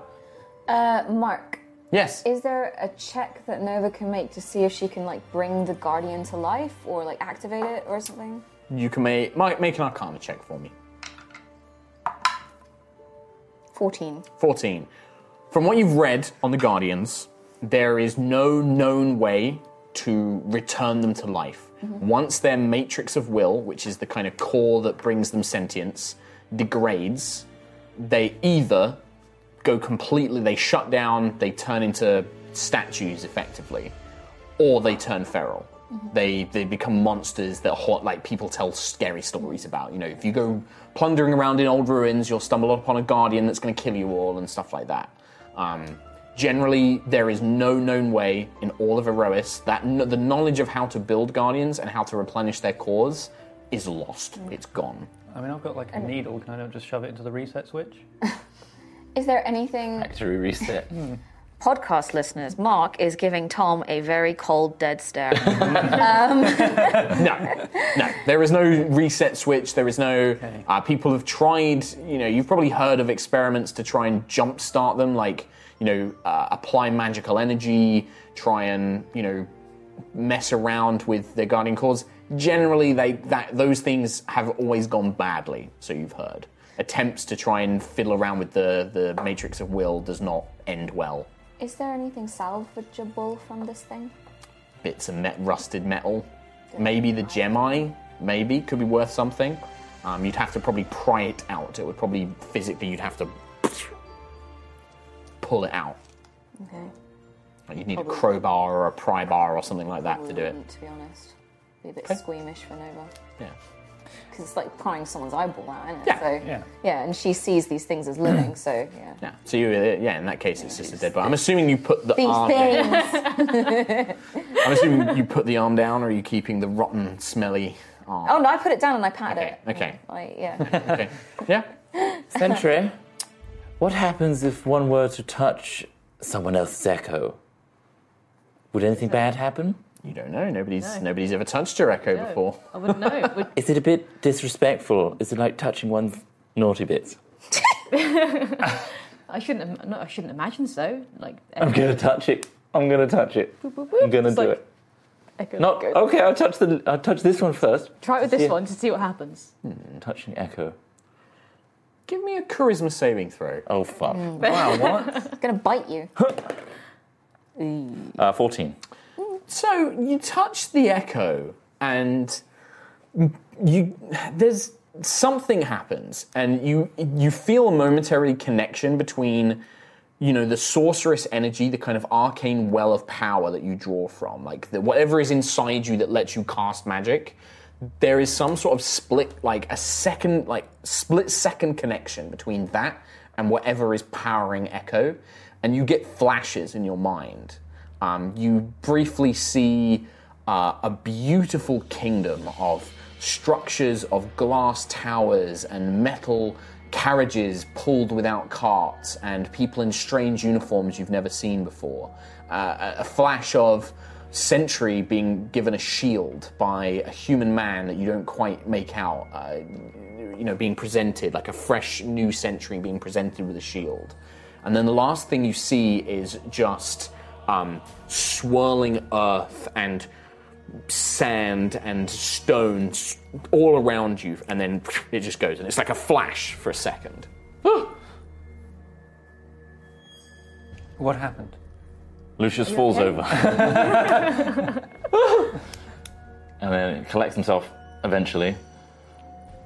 Speaker 5: Uh, Mark,
Speaker 4: Yes.
Speaker 5: is there a check that Nova can make to see if she can like bring the guardian to life or like activate it or something?
Speaker 4: You can make Mike make an Arcana check for me.
Speaker 5: Fourteen.
Speaker 4: Fourteen. From what you've read on the Guardians, there is no known way to return them to life. Once their matrix of will, which is the kind of core that brings them sentience, degrades, they either go completely, they shut down, they turn into statues effectively, or they turn feral. They they become monsters that haunt, like people tell scary stories about. You know, if you go plundering around in old ruins, you'll stumble upon a guardian that's going to kill you all and stuff like that. Um, generally, there is no known way in all of Erois that kn- the knowledge of how to build guardians and how to replenish their cores is lost. It's gone.
Speaker 1: I mean, I've got like a needle. Can I not just shove it into the reset switch?
Speaker 5: Is there anything
Speaker 7: Factory reset.
Speaker 5: podcast listeners? Mark is giving Tom a very cold dead stare.
Speaker 4: no, no. There is no reset switch. There is no. Uh, people have tried. You know, you've probably heard of experiments to try and jumpstart them, like you know, uh, apply magical energy, try and you know, mess around with their guardian cores. Generally, they that those things have always gone badly. So you've heard attempts to try and fiddle around with the the matrix of will does not end well.
Speaker 5: is there anything salvageable from this thing?
Speaker 4: bits of met- rusted metal. Maybe the Gemini, maybe, could be worth something. Um, you'd have to probably pry it out. It would probably physically, you'd have to pull it out.
Speaker 5: Okay.
Speaker 4: Like you'd need
Speaker 5: Probably.
Speaker 4: a crowbar or a pry bar or something like that to do it.
Speaker 5: Wouldn't, Mm, To be honest, be a bit
Speaker 4: Okay.
Speaker 5: squeamish for Nova
Speaker 4: Yeah.
Speaker 5: because it's like prying someone's eyeball out, isn't it?
Speaker 4: Yeah,
Speaker 5: so,
Speaker 1: yeah.
Speaker 5: yeah, and she sees these things as living, so yeah.
Speaker 3: Ah,
Speaker 4: Yeah. So you, yeah, in that case, it's just a dead body. I'm assuming you put the
Speaker 5: These
Speaker 4: arm. Down.
Speaker 5: things.
Speaker 4: I'm assuming you put the arm down, or are you keeping the rotten, smelly arm?
Speaker 5: Oh no, I put it down and I patted
Speaker 4: Okay,
Speaker 5: it.
Speaker 4: okay.
Speaker 5: Like, yeah.
Speaker 4: Okay. Yeah.
Speaker 7: Sentry, what happens if one were to touch someone else's Echo? Would anything bad happen?
Speaker 4: You don't know. Nobody's nobody's ever touched your echo before.
Speaker 3: [LAUGHS] I wouldn't know. Would,
Speaker 7: Is it a bit disrespectful? Is it like touching one's naughty bits?
Speaker 3: I shouldn't. Im- no, I shouldn't imagine so. Like
Speaker 7: I'm gonna touch it. I'm gonna touch it.
Speaker 3: boop, boop.
Speaker 7: I'm gonna
Speaker 3: It's
Speaker 7: do
Speaker 3: like-
Speaker 7: it.
Speaker 3: Echo.
Speaker 6: Not
Speaker 3: Good.
Speaker 6: okay. I'll touch the. I'll touch this one first.
Speaker 3: Try it with this
Speaker 6: Yeah.
Speaker 3: one to see what happens.
Speaker 7: Touching Echo.
Speaker 4: Give me a charisma saving throw.
Speaker 7: Oh, fuck.
Speaker 3: Mm.
Speaker 1: Wow, what?
Speaker 5: It's gonna bite you.
Speaker 7: Uh, 14.
Speaker 4: So you touch the echo, and you there's something happens, and you you feel a momentary connection between you know the sorceress energy, the kind of arcane well of power that you draw from, like the, whatever is inside you that lets you cast magic. There is some sort of split, like a second, like split second connection between that and whatever is powering Echo, and you get flashes in your mind. Um, you briefly see uh, a beautiful kingdom of structures of glass towers and metal carriages pulled without carts and people in strange uniforms you've never seen before. Uh, a a flash of Sentry being given a shield by a human man that you don't quite make out. Uh, you know being presented like a fresh new century being presented with a shield and then the last thing you see is just um, swirling earth and sand and stones all around you and then it just goes and it's like a flash for a second
Speaker 1: What happened?
Speaker 7: Lucius falls over. [LAUGHS] and then collects himself eventually.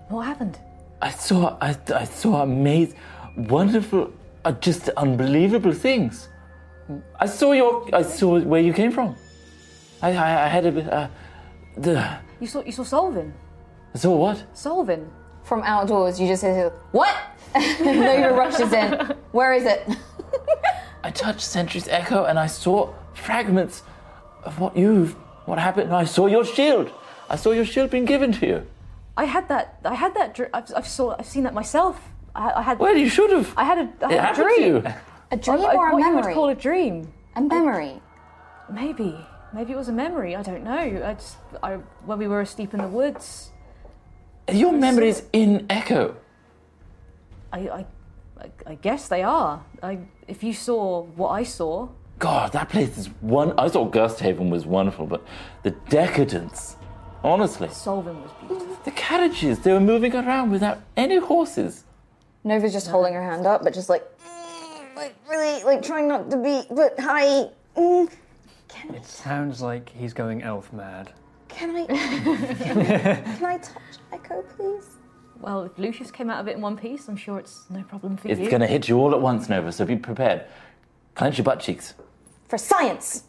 Speaker 3: What happened?
Speaker 7: I saw, I, I saw amazing, wonderful, uh, just unbelievable things. I saw your, I saw where you came from. I, I, I had a bit, uh, the, I
Speaker 3: You saw you saw Solvin.
Speaker 7: saw what?
Speaker 3: Solvin.
Speaker 5: From outdoors, you just hear, what? [LAUGHS] Nova rushes in. Where is it?
Speaker 7: I touched Sentry's Echo and I saw fragments of what you, what happened. And I saw your shield. I saw your shield being given to you.
Speaker 3: I had that. I had that. dr- I've, I've saw. I've seen that myself. I, I had.
Speaker 7: Well, you should have.
Speaker 3: I had a, I
Speaker 7: it
Speaker 3: had a
Speaker 7: happened to
Speaker 3: dream.
Speaker 7: you.
Speaker 5: A dream
Speaker 3: I-
Speaker 5: or a
Speaker 3: what you
Speaker 5: memory?
Speaker 3: would call a dream.
Speaker 5: a memory.
Speaker 3: Maybe. Maybe it was a memory. I don't know. I just. I when we were asleep in the woods.
Speaker 7: Your memories in Echo.
Speaker 3: I. I, I, I guess they are. I, if you saw what I saw,
Speaker 7: God, that place is one. I thought Gersthaven was wonderful, but the decadence. Honestly,
Speaker 3: Solvin was beautiful.
Speaker 7: the carriages, they were moving around without any horses.
Speaker 5: Nova's just holding her hand up, but just like, mm, like really, like trying not to be, but hi. Mm, can,
Speaker 1: Sounds like he's going elf mad.
Speaker 5: can
Speaker 3: [LAUGHS]
Speaker 5: I? can I touch Echo, please?
Speaker 3: Well, if Lucius came out of it in one piece, I'm sure it's no problem for
Speaker 7: It's
Speaker 3: you.
Speaker 7: going to hit you all at once, Nova, so be prepared. Clench your butt cheeks.
Speaker 5: For science!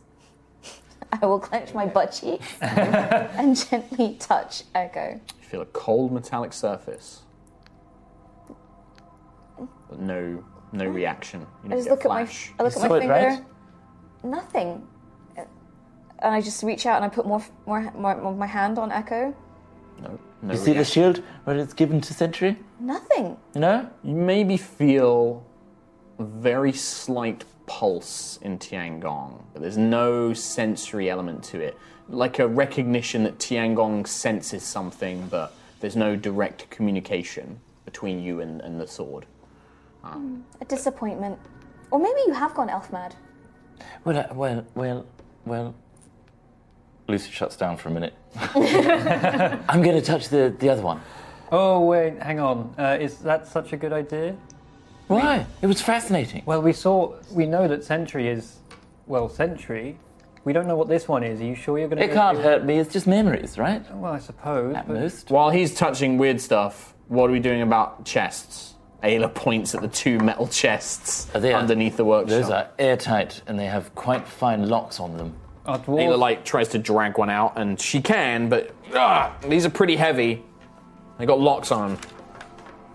Speaker 5: I will clench my
Speaker 7: [LAUGHS]
Speaker 5: butt cheeks and gently touch Echo.
Speaker 4: you feel a cold metallic surface but no no reaction you
Speaker 5: Hmm. I
Speaker 4: don't
Speaker 5: just
Speaker 4: get
Speaker 5: look
Speaker 4: a flash.
Speaker 5: at my, I look at my
Speaker 7: saw it,
Speaker 5: finger.
Speaker 7: right?
Speaker 5: Nothing. And I just reach out and I put more, more, more, more my hand on Echo.
Speaker 4: no, no
Speaker 7: You see the
Speaker 4: reaction.
Speaker 7: shield when it's given to Sentry?
Speaker 5: Nothing.
Speaker 7: You know?
Speaker 4: You maybe feel a very slight pulse in Tiangong, but there's no sensory element to it. Like a recognition that Tiangong senses something, but there's no direct communication between you and, and the sword.
Speaker 5: A disappointment. Or maybe you have gone elf mad.
Speaker 7: Well, uh, well, well, well. Lucy shuts down for a minute. I'm going to touch the, the other one.
Speaker 1: Oh, wait, hang on. Uh, is that such a good idea?
Speaker 7: Why? It was fascinating.
Speaker 1: Well, Uh, we saw, we know that Sentry is, well, Sentry. We don't know what this one is. Are you sure you're going to?
Speaker 7: It can't hurt me, it's just memories, right?
Speaker 1: Well, I suppose.
Speaker 7: At
Speaker 1: but-
Speaker 7: most.
Speaker 4: While he's touching weird stuff, what are we doing about chests? Ayla points at the two metal chests
Speaker 7: Are they-
Speaker 4: underneath the workshop.
Speaker 7: Those are Uh, airtight and they have quite fine locks on them.
Speaker 1: Our dwarves-
Speaker 4: Ayla like tries to drag one out, and she can, but ah, these are pretty heavy. They got locks on 'em.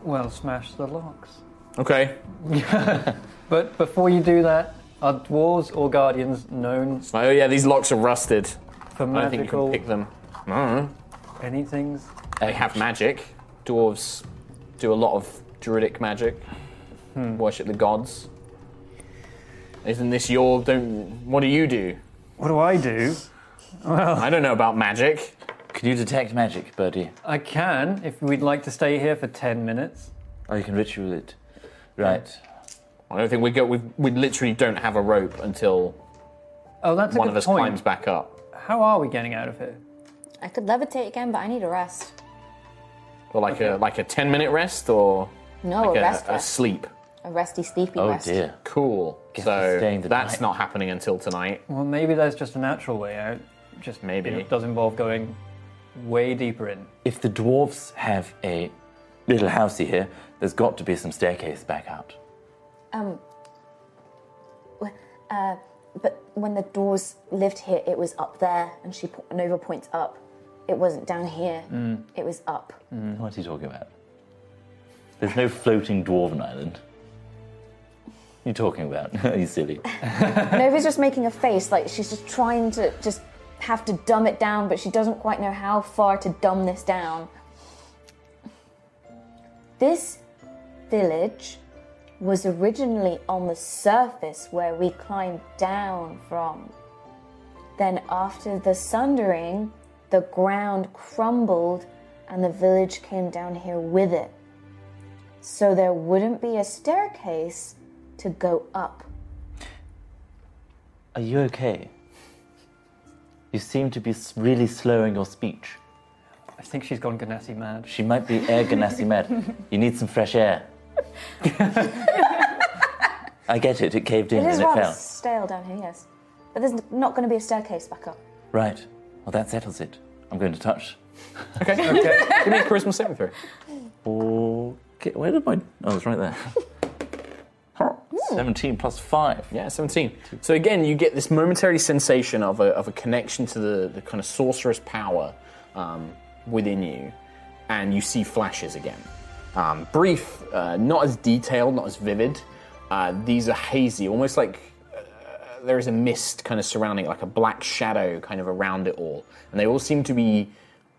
Speaker 1: Well, smash the locks.
Speaker 4: Okay,
Speaker 1: But before you do that, are dwarves or guardians known
Speaker 4: Oh yeah, these locks are rusted.
Speaker 1: for
Speaker 4: I don't think you
Speaker 1: magical
Speaker 4: can pick them.
Speaker 1: anythings?
Speaker 4: They have magic. Dwarves do a lot of druidic magic. Worship the gods. Isn't this your? Don't. What do you do?
Speaker 1: What do I do?
Speaker 4: I don't know about magic.
Speaker 7: Can you detect magic, Birdie?
Speaker 1: I can, if we'd like to stay here for ten minutes.
Speaker 7: Oh, you can ritual it. Right.
Speaker 4: I don't think we go. We we literally don't have a rope until
Speaker 1: Oh, that's a
Speaker 4: one
Speaker 1: good
Speaker 4: of us
Speaker 1: point.
Speaker 4: climbs back up.
Speaker 1: How are we getting out of here?
Speaker 5: I could levitate again, but I need a rest.
Speaker 4: Or like a like a ten minute rest or
Speaker 5: No,
Speaker 4: like
Speaker 5: a rest,
Speaker 4: a, a
Speaker 5: rest.
Speaker 4: sleep.
Speaker 5: A resty, sleepy
Speaker 7: Oh
Speaker 5: rest.
Speaker 7: dear.
Speaker 4: Cool.
Speaker 7: Guess we're
Speaker 4: so
Speaker 7: staying the
Speaker 4: that's
Speaker 7: night.
Speaker 4: not happening until tonight.
Speaker 1: Well, maybe there's just a natural way out. Just
Speaker 4: Maybe.
Speaker 1: it does involve going way deeper in.
Speaker 7: If the dwarves have a little housey here, there's got to be some staircase back out.
Speaker 5: Um. w- Uh, but when the doors lived here, it was up there, and she po- Nova points up. It wasn't down here.
Speaker 7: Mm.
Speaker 5: It was up.
Speaker 7: What's he talking about? There's no floating dwarven island. You're talking about? [LAUGHS] you silly.
Speaker 5: Nova's just making a face, like she's just trying to just have to dumb it down, but she doesn't quite know how far to dumb this down. This village was originally on the surface where we climbed down from. Then, after the sundering, the ground crumbled and the village came down here with it. So, there wouldn't be a staircase to go up.
Speaker 7: Are you okay? You seem to be s- really slow in your speech.
Speaker 1: I think she's gone Ganassi mad.
Speaker 7: She might be air ganassi mad. You need some fresh air. I get it. It caved in
Speaker 5: It is
Speaker 7: and it
Speaker 5: rather
Speaker 7: fell.
Speaker 5: stale down here, yes. But there's not going to be a staircase back up.
Speaker 7: Right. Well, that settles it. I'm going to touch.
Speaker 4: [LAUGHS] Okay. okay. Give me a charisma saving throw.
Speaker 7: Okay. Where did my? Oh, it's right
Speaker 5: [LAUGHS]
Speaker 7: there. Seventeen plus five.
Speaker 4: Yeah, 17. So again, you get this momentary sensation of a, of a connection to the, the kind of sorcerous power um, within you, and you see flashes again. Um, brief, uh, not as detailed, not as vivid. Uh, these are hazy, almost like uh, there is a mist kind of surrounding it, like a black shadow kind of around it all. And they all seem to be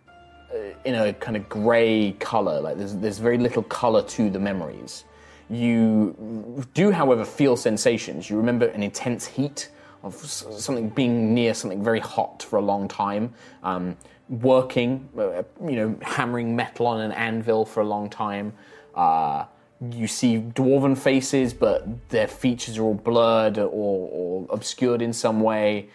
Speaker 4: uh, in a kind of grey colour. Like there's there's very little colour to the memories. You do, however, feel sensations. You remember an intense heat of s- something being near something very hot for a long time. Um, working, uh, you know, hammering metal on an anvil for a long time. Uh, you see dwarven faces, but their features are all blurred or, or obscured in some way.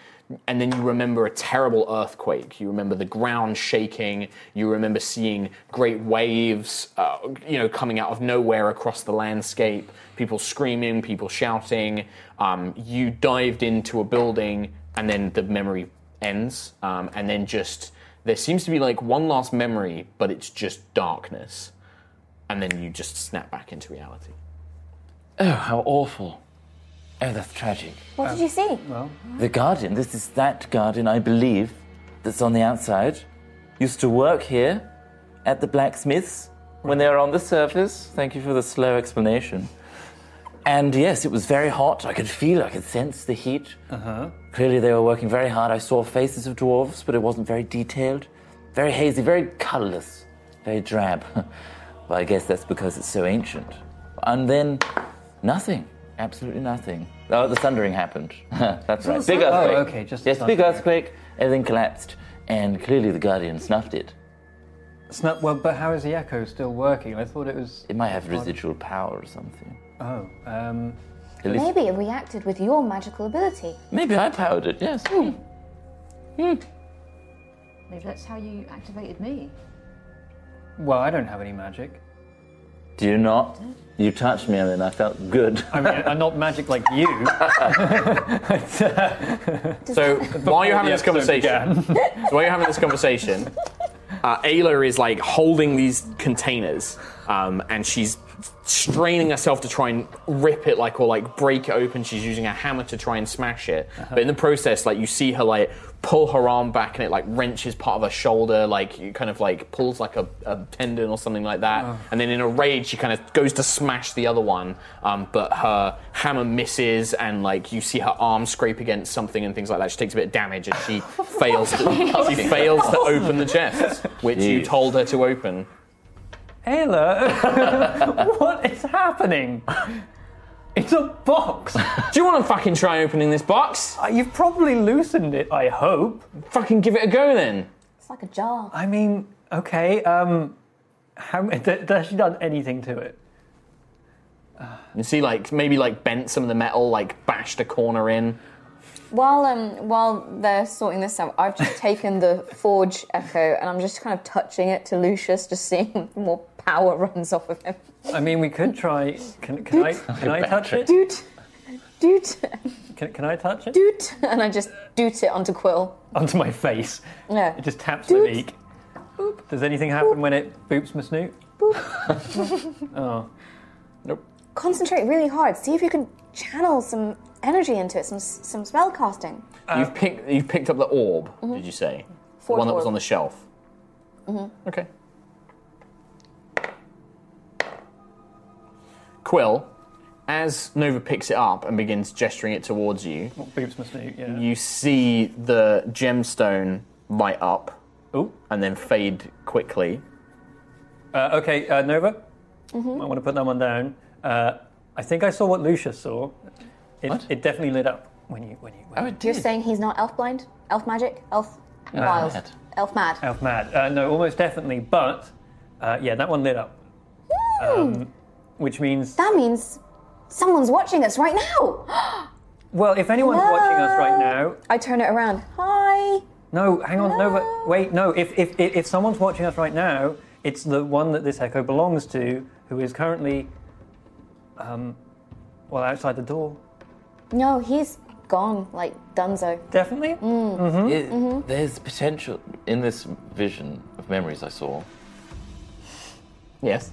Speaker 4: And then you remember a terrible earthquake. You remember the ground shaking. You remember seeing great waves, uh, you know, coming out of nowhere across the landscape. People screaming, people shouting. Um, you dived into a building, and then the memory ends. Um, and then just there seems to be like one last memory, but it's just darkness and then you just snap back into reality.
Speaker 7: Oh, how awful. Oh, that's tragic.
Speaker 5: What did you see?
Speaker 7: The garden. This is that garden, I believe, that's on the outside. Used to work here at the blacksmith's when they were on the surface. Thank you for the slow explanation. And yes, it was very hot. I could feel, I could sense the heat.
Speaker 1: Uh-huh.
Speaker 7: Clearly, they were working very hard. I saw faces of dwarves, but it wasn't very detailed. Very hazy, very colourless, very drab. [LAUGHS] well, I guess that's because it's so ancient. And then nothing. Absolutely nothing. Oh, the thundering happened. [LAUGHS] that's right. Big
Speaker 1: sun- Oh,
Speaker 7: earthquake.
Speaker 1: okay, just the
Speaker 7: yes, big
Speaker 1: thundering.
Speaker 7: earthquake. Everything collapsed, and clearly the guardian snuffed it.
Speaker 1: Snap. Well, but how is the echo still working? I thought it was.
Speaker 7: It might have residual power or something.
Speaker 1: Oh, um,
Speaker 7: At least
Speaker 5: Maybe it reacted with your magical ability.
Speaker 7: maybe I powered it. Yes.
Speaker 3: Maybe that's how you activated me.
Speaker 1: well, I don't have any magic.
Speaker 7: Do you not? You touched me, and then I felt good.
Speaker 1: I mean, I'm not magic like you.
Speaker 4: So while you're having this
Speaker 1: Before the
Speaker 4: conversation,
Speaker 1: episode began.
Speaker 4: so while you're having this conversation, uh, Ayla is like holding these containers, um, and she's straining herself to try and rip it, like or like break it open. She's using a hammer to try and smash it,
Speaker 1: Uh-huh.
Speaker 4: but in the process, like you see her like pull her arm back, and it like wrenches part of her shoulder, like you kind of like pulls like a, a tendon or something like that, and then in a rage, she kind of goes to smash the other one, um, but her hammer misses, and like you see her arm scrape against something and things like that. She takes a bit of damage, and she fails. [LAUGHS] To, she fails to open the chest, which you
Speaker 7: Jeez.
Speaker 4: told her to open.
Speaker 1: Ayla, [LAUGHS] what is happening? It's a box.
Speaker 4: Do you want to fucking try opening this box?
Speaker 1: Uh, You've probably loosened it. I hope.
Speaker 4: Fucking give it a go then.
Speaker 5: It's like a jar.
Speaker 1: I mean, okay. Um, how [LAUGHS] th- has she done anything to it?
Speaker 4: You see, like maybe like bent some of the metal, like bashed a corner in.
Speaker 5: While um while they're sorting this out, I've just taken the forge echo and I'm just kind of touching it to Lucius, just seeing [LAUGHS] if more power runs off of him.
Speaker 1: I mean, we could try. Can, can [LAUGHS] I? Can I touch it?
Speaker 5: Doot, doot,
Speaker 1: Can, can I touch it?
Speaker 5: doot, and I just doot it onto Quill.
Speaker 1: Onto my face.
Speaker 5: Yeah.
Speaker 1: It just taps
Speaker 5: Doot.
Speaker 1: the beak. Does anything happen when it boops my snoot?
Speaker 5: Concentrate really hard. See if you can channel some energy into it. Some some spell casting.
Speaker 4: you've picked you've picked up the orb. Did you say the
Speaker 5: Forge
Speaker 4: one that was
Speaker 5: orb.
Speaker 4: on the shelf? Okay. Quill, as Nova picks it up and begins gesturing it towards you,
Speaker 1: Boops my snoot, yeah.
Speaker 4: you see the gemstone light up
Speaker 1: Oh.
Speaker 4: and then fade quickly.
Speaker 1: Uh, okay, uh, Nova.
Speaker 5: Mm-hmm.
Speaker 1: I want to put that one down. Uh, I think I saw what Lucius saw. It,
Speaker 7: What?
Speaker 1: it definitely lit up when you when you. When
Speaker 7: Oh,
Speaker 1: you
Speaker 7: it
Speaker 5: You're
Speaker 7: did.
Speaker 5: saying he's not elf blind, elf magic, elf wild,
Speaker 7: mad.
Speaker 5: elf mad.
Speaker 4: Oh.
Speaker 1: Elf mad. Uh, no, almost definitely, but uh, yeah, that one lit up,
Speaker 5: Hmm,
Speaker 1: um, which means
Speaker 5: that means someone's watching us right now.
Speaker 1: well, if anyone's watching us right now,
Speaker 5: I turn it around. Hi.
Speaker 1: No, hang on, no,
Speaker 5: Hello?
Speaker 1: but wait, no. If, if if if someone's watching us right now, it's the one that this echo belongs to, who is currently, um, well, outside the door.
Speaker 5: No, he's gone. Like Dunzo.
Speaker 1: Definitely.
Speaker 7: It- There's potential in this vision of memories I saw.
Speaker 4: Yes.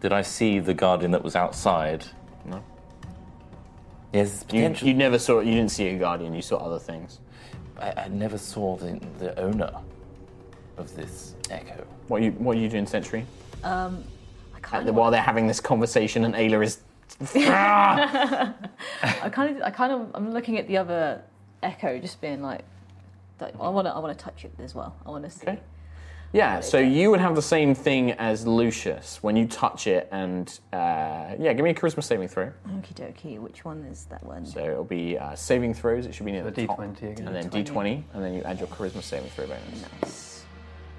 Speaker 7: Did I see the guardian that was outside?
Speaker 4: No.
Speaker 7: Yes, there's
Speaker 4: You,
Speaker 7: potential.
Speaker 4: you never saw. You didn't see a guardian. You saw other things.
Speaker 7: I, I never saw the, the owner of this echo.
Speaker 4: What are you What are you doing, Sentry?
Speaker 3: Um, I kind of,
Speaker 4: While they're having this conversation, and Ayla is
Speaker 3: I kind of, I kind of, I'm looking at the other echo, just being like, like I want to, I want to touch it as well. I want to see.
Speaker 4: Okay. Yeah, so you would have the same thing as Lucius when you touch it, and uh, yeah, give me a charisma saving throw.
Speaker 3: Okie dokie, which one is that one?
Speaker 4: So it'll be uh, saving throws. It should be near the,
Speaker 1: The
Speaker 4: top,
Speaker 1: D20 again.
Speaker 4: and then D20, and then you add your charisma saving throw bonus.
Speaker 3: Nice.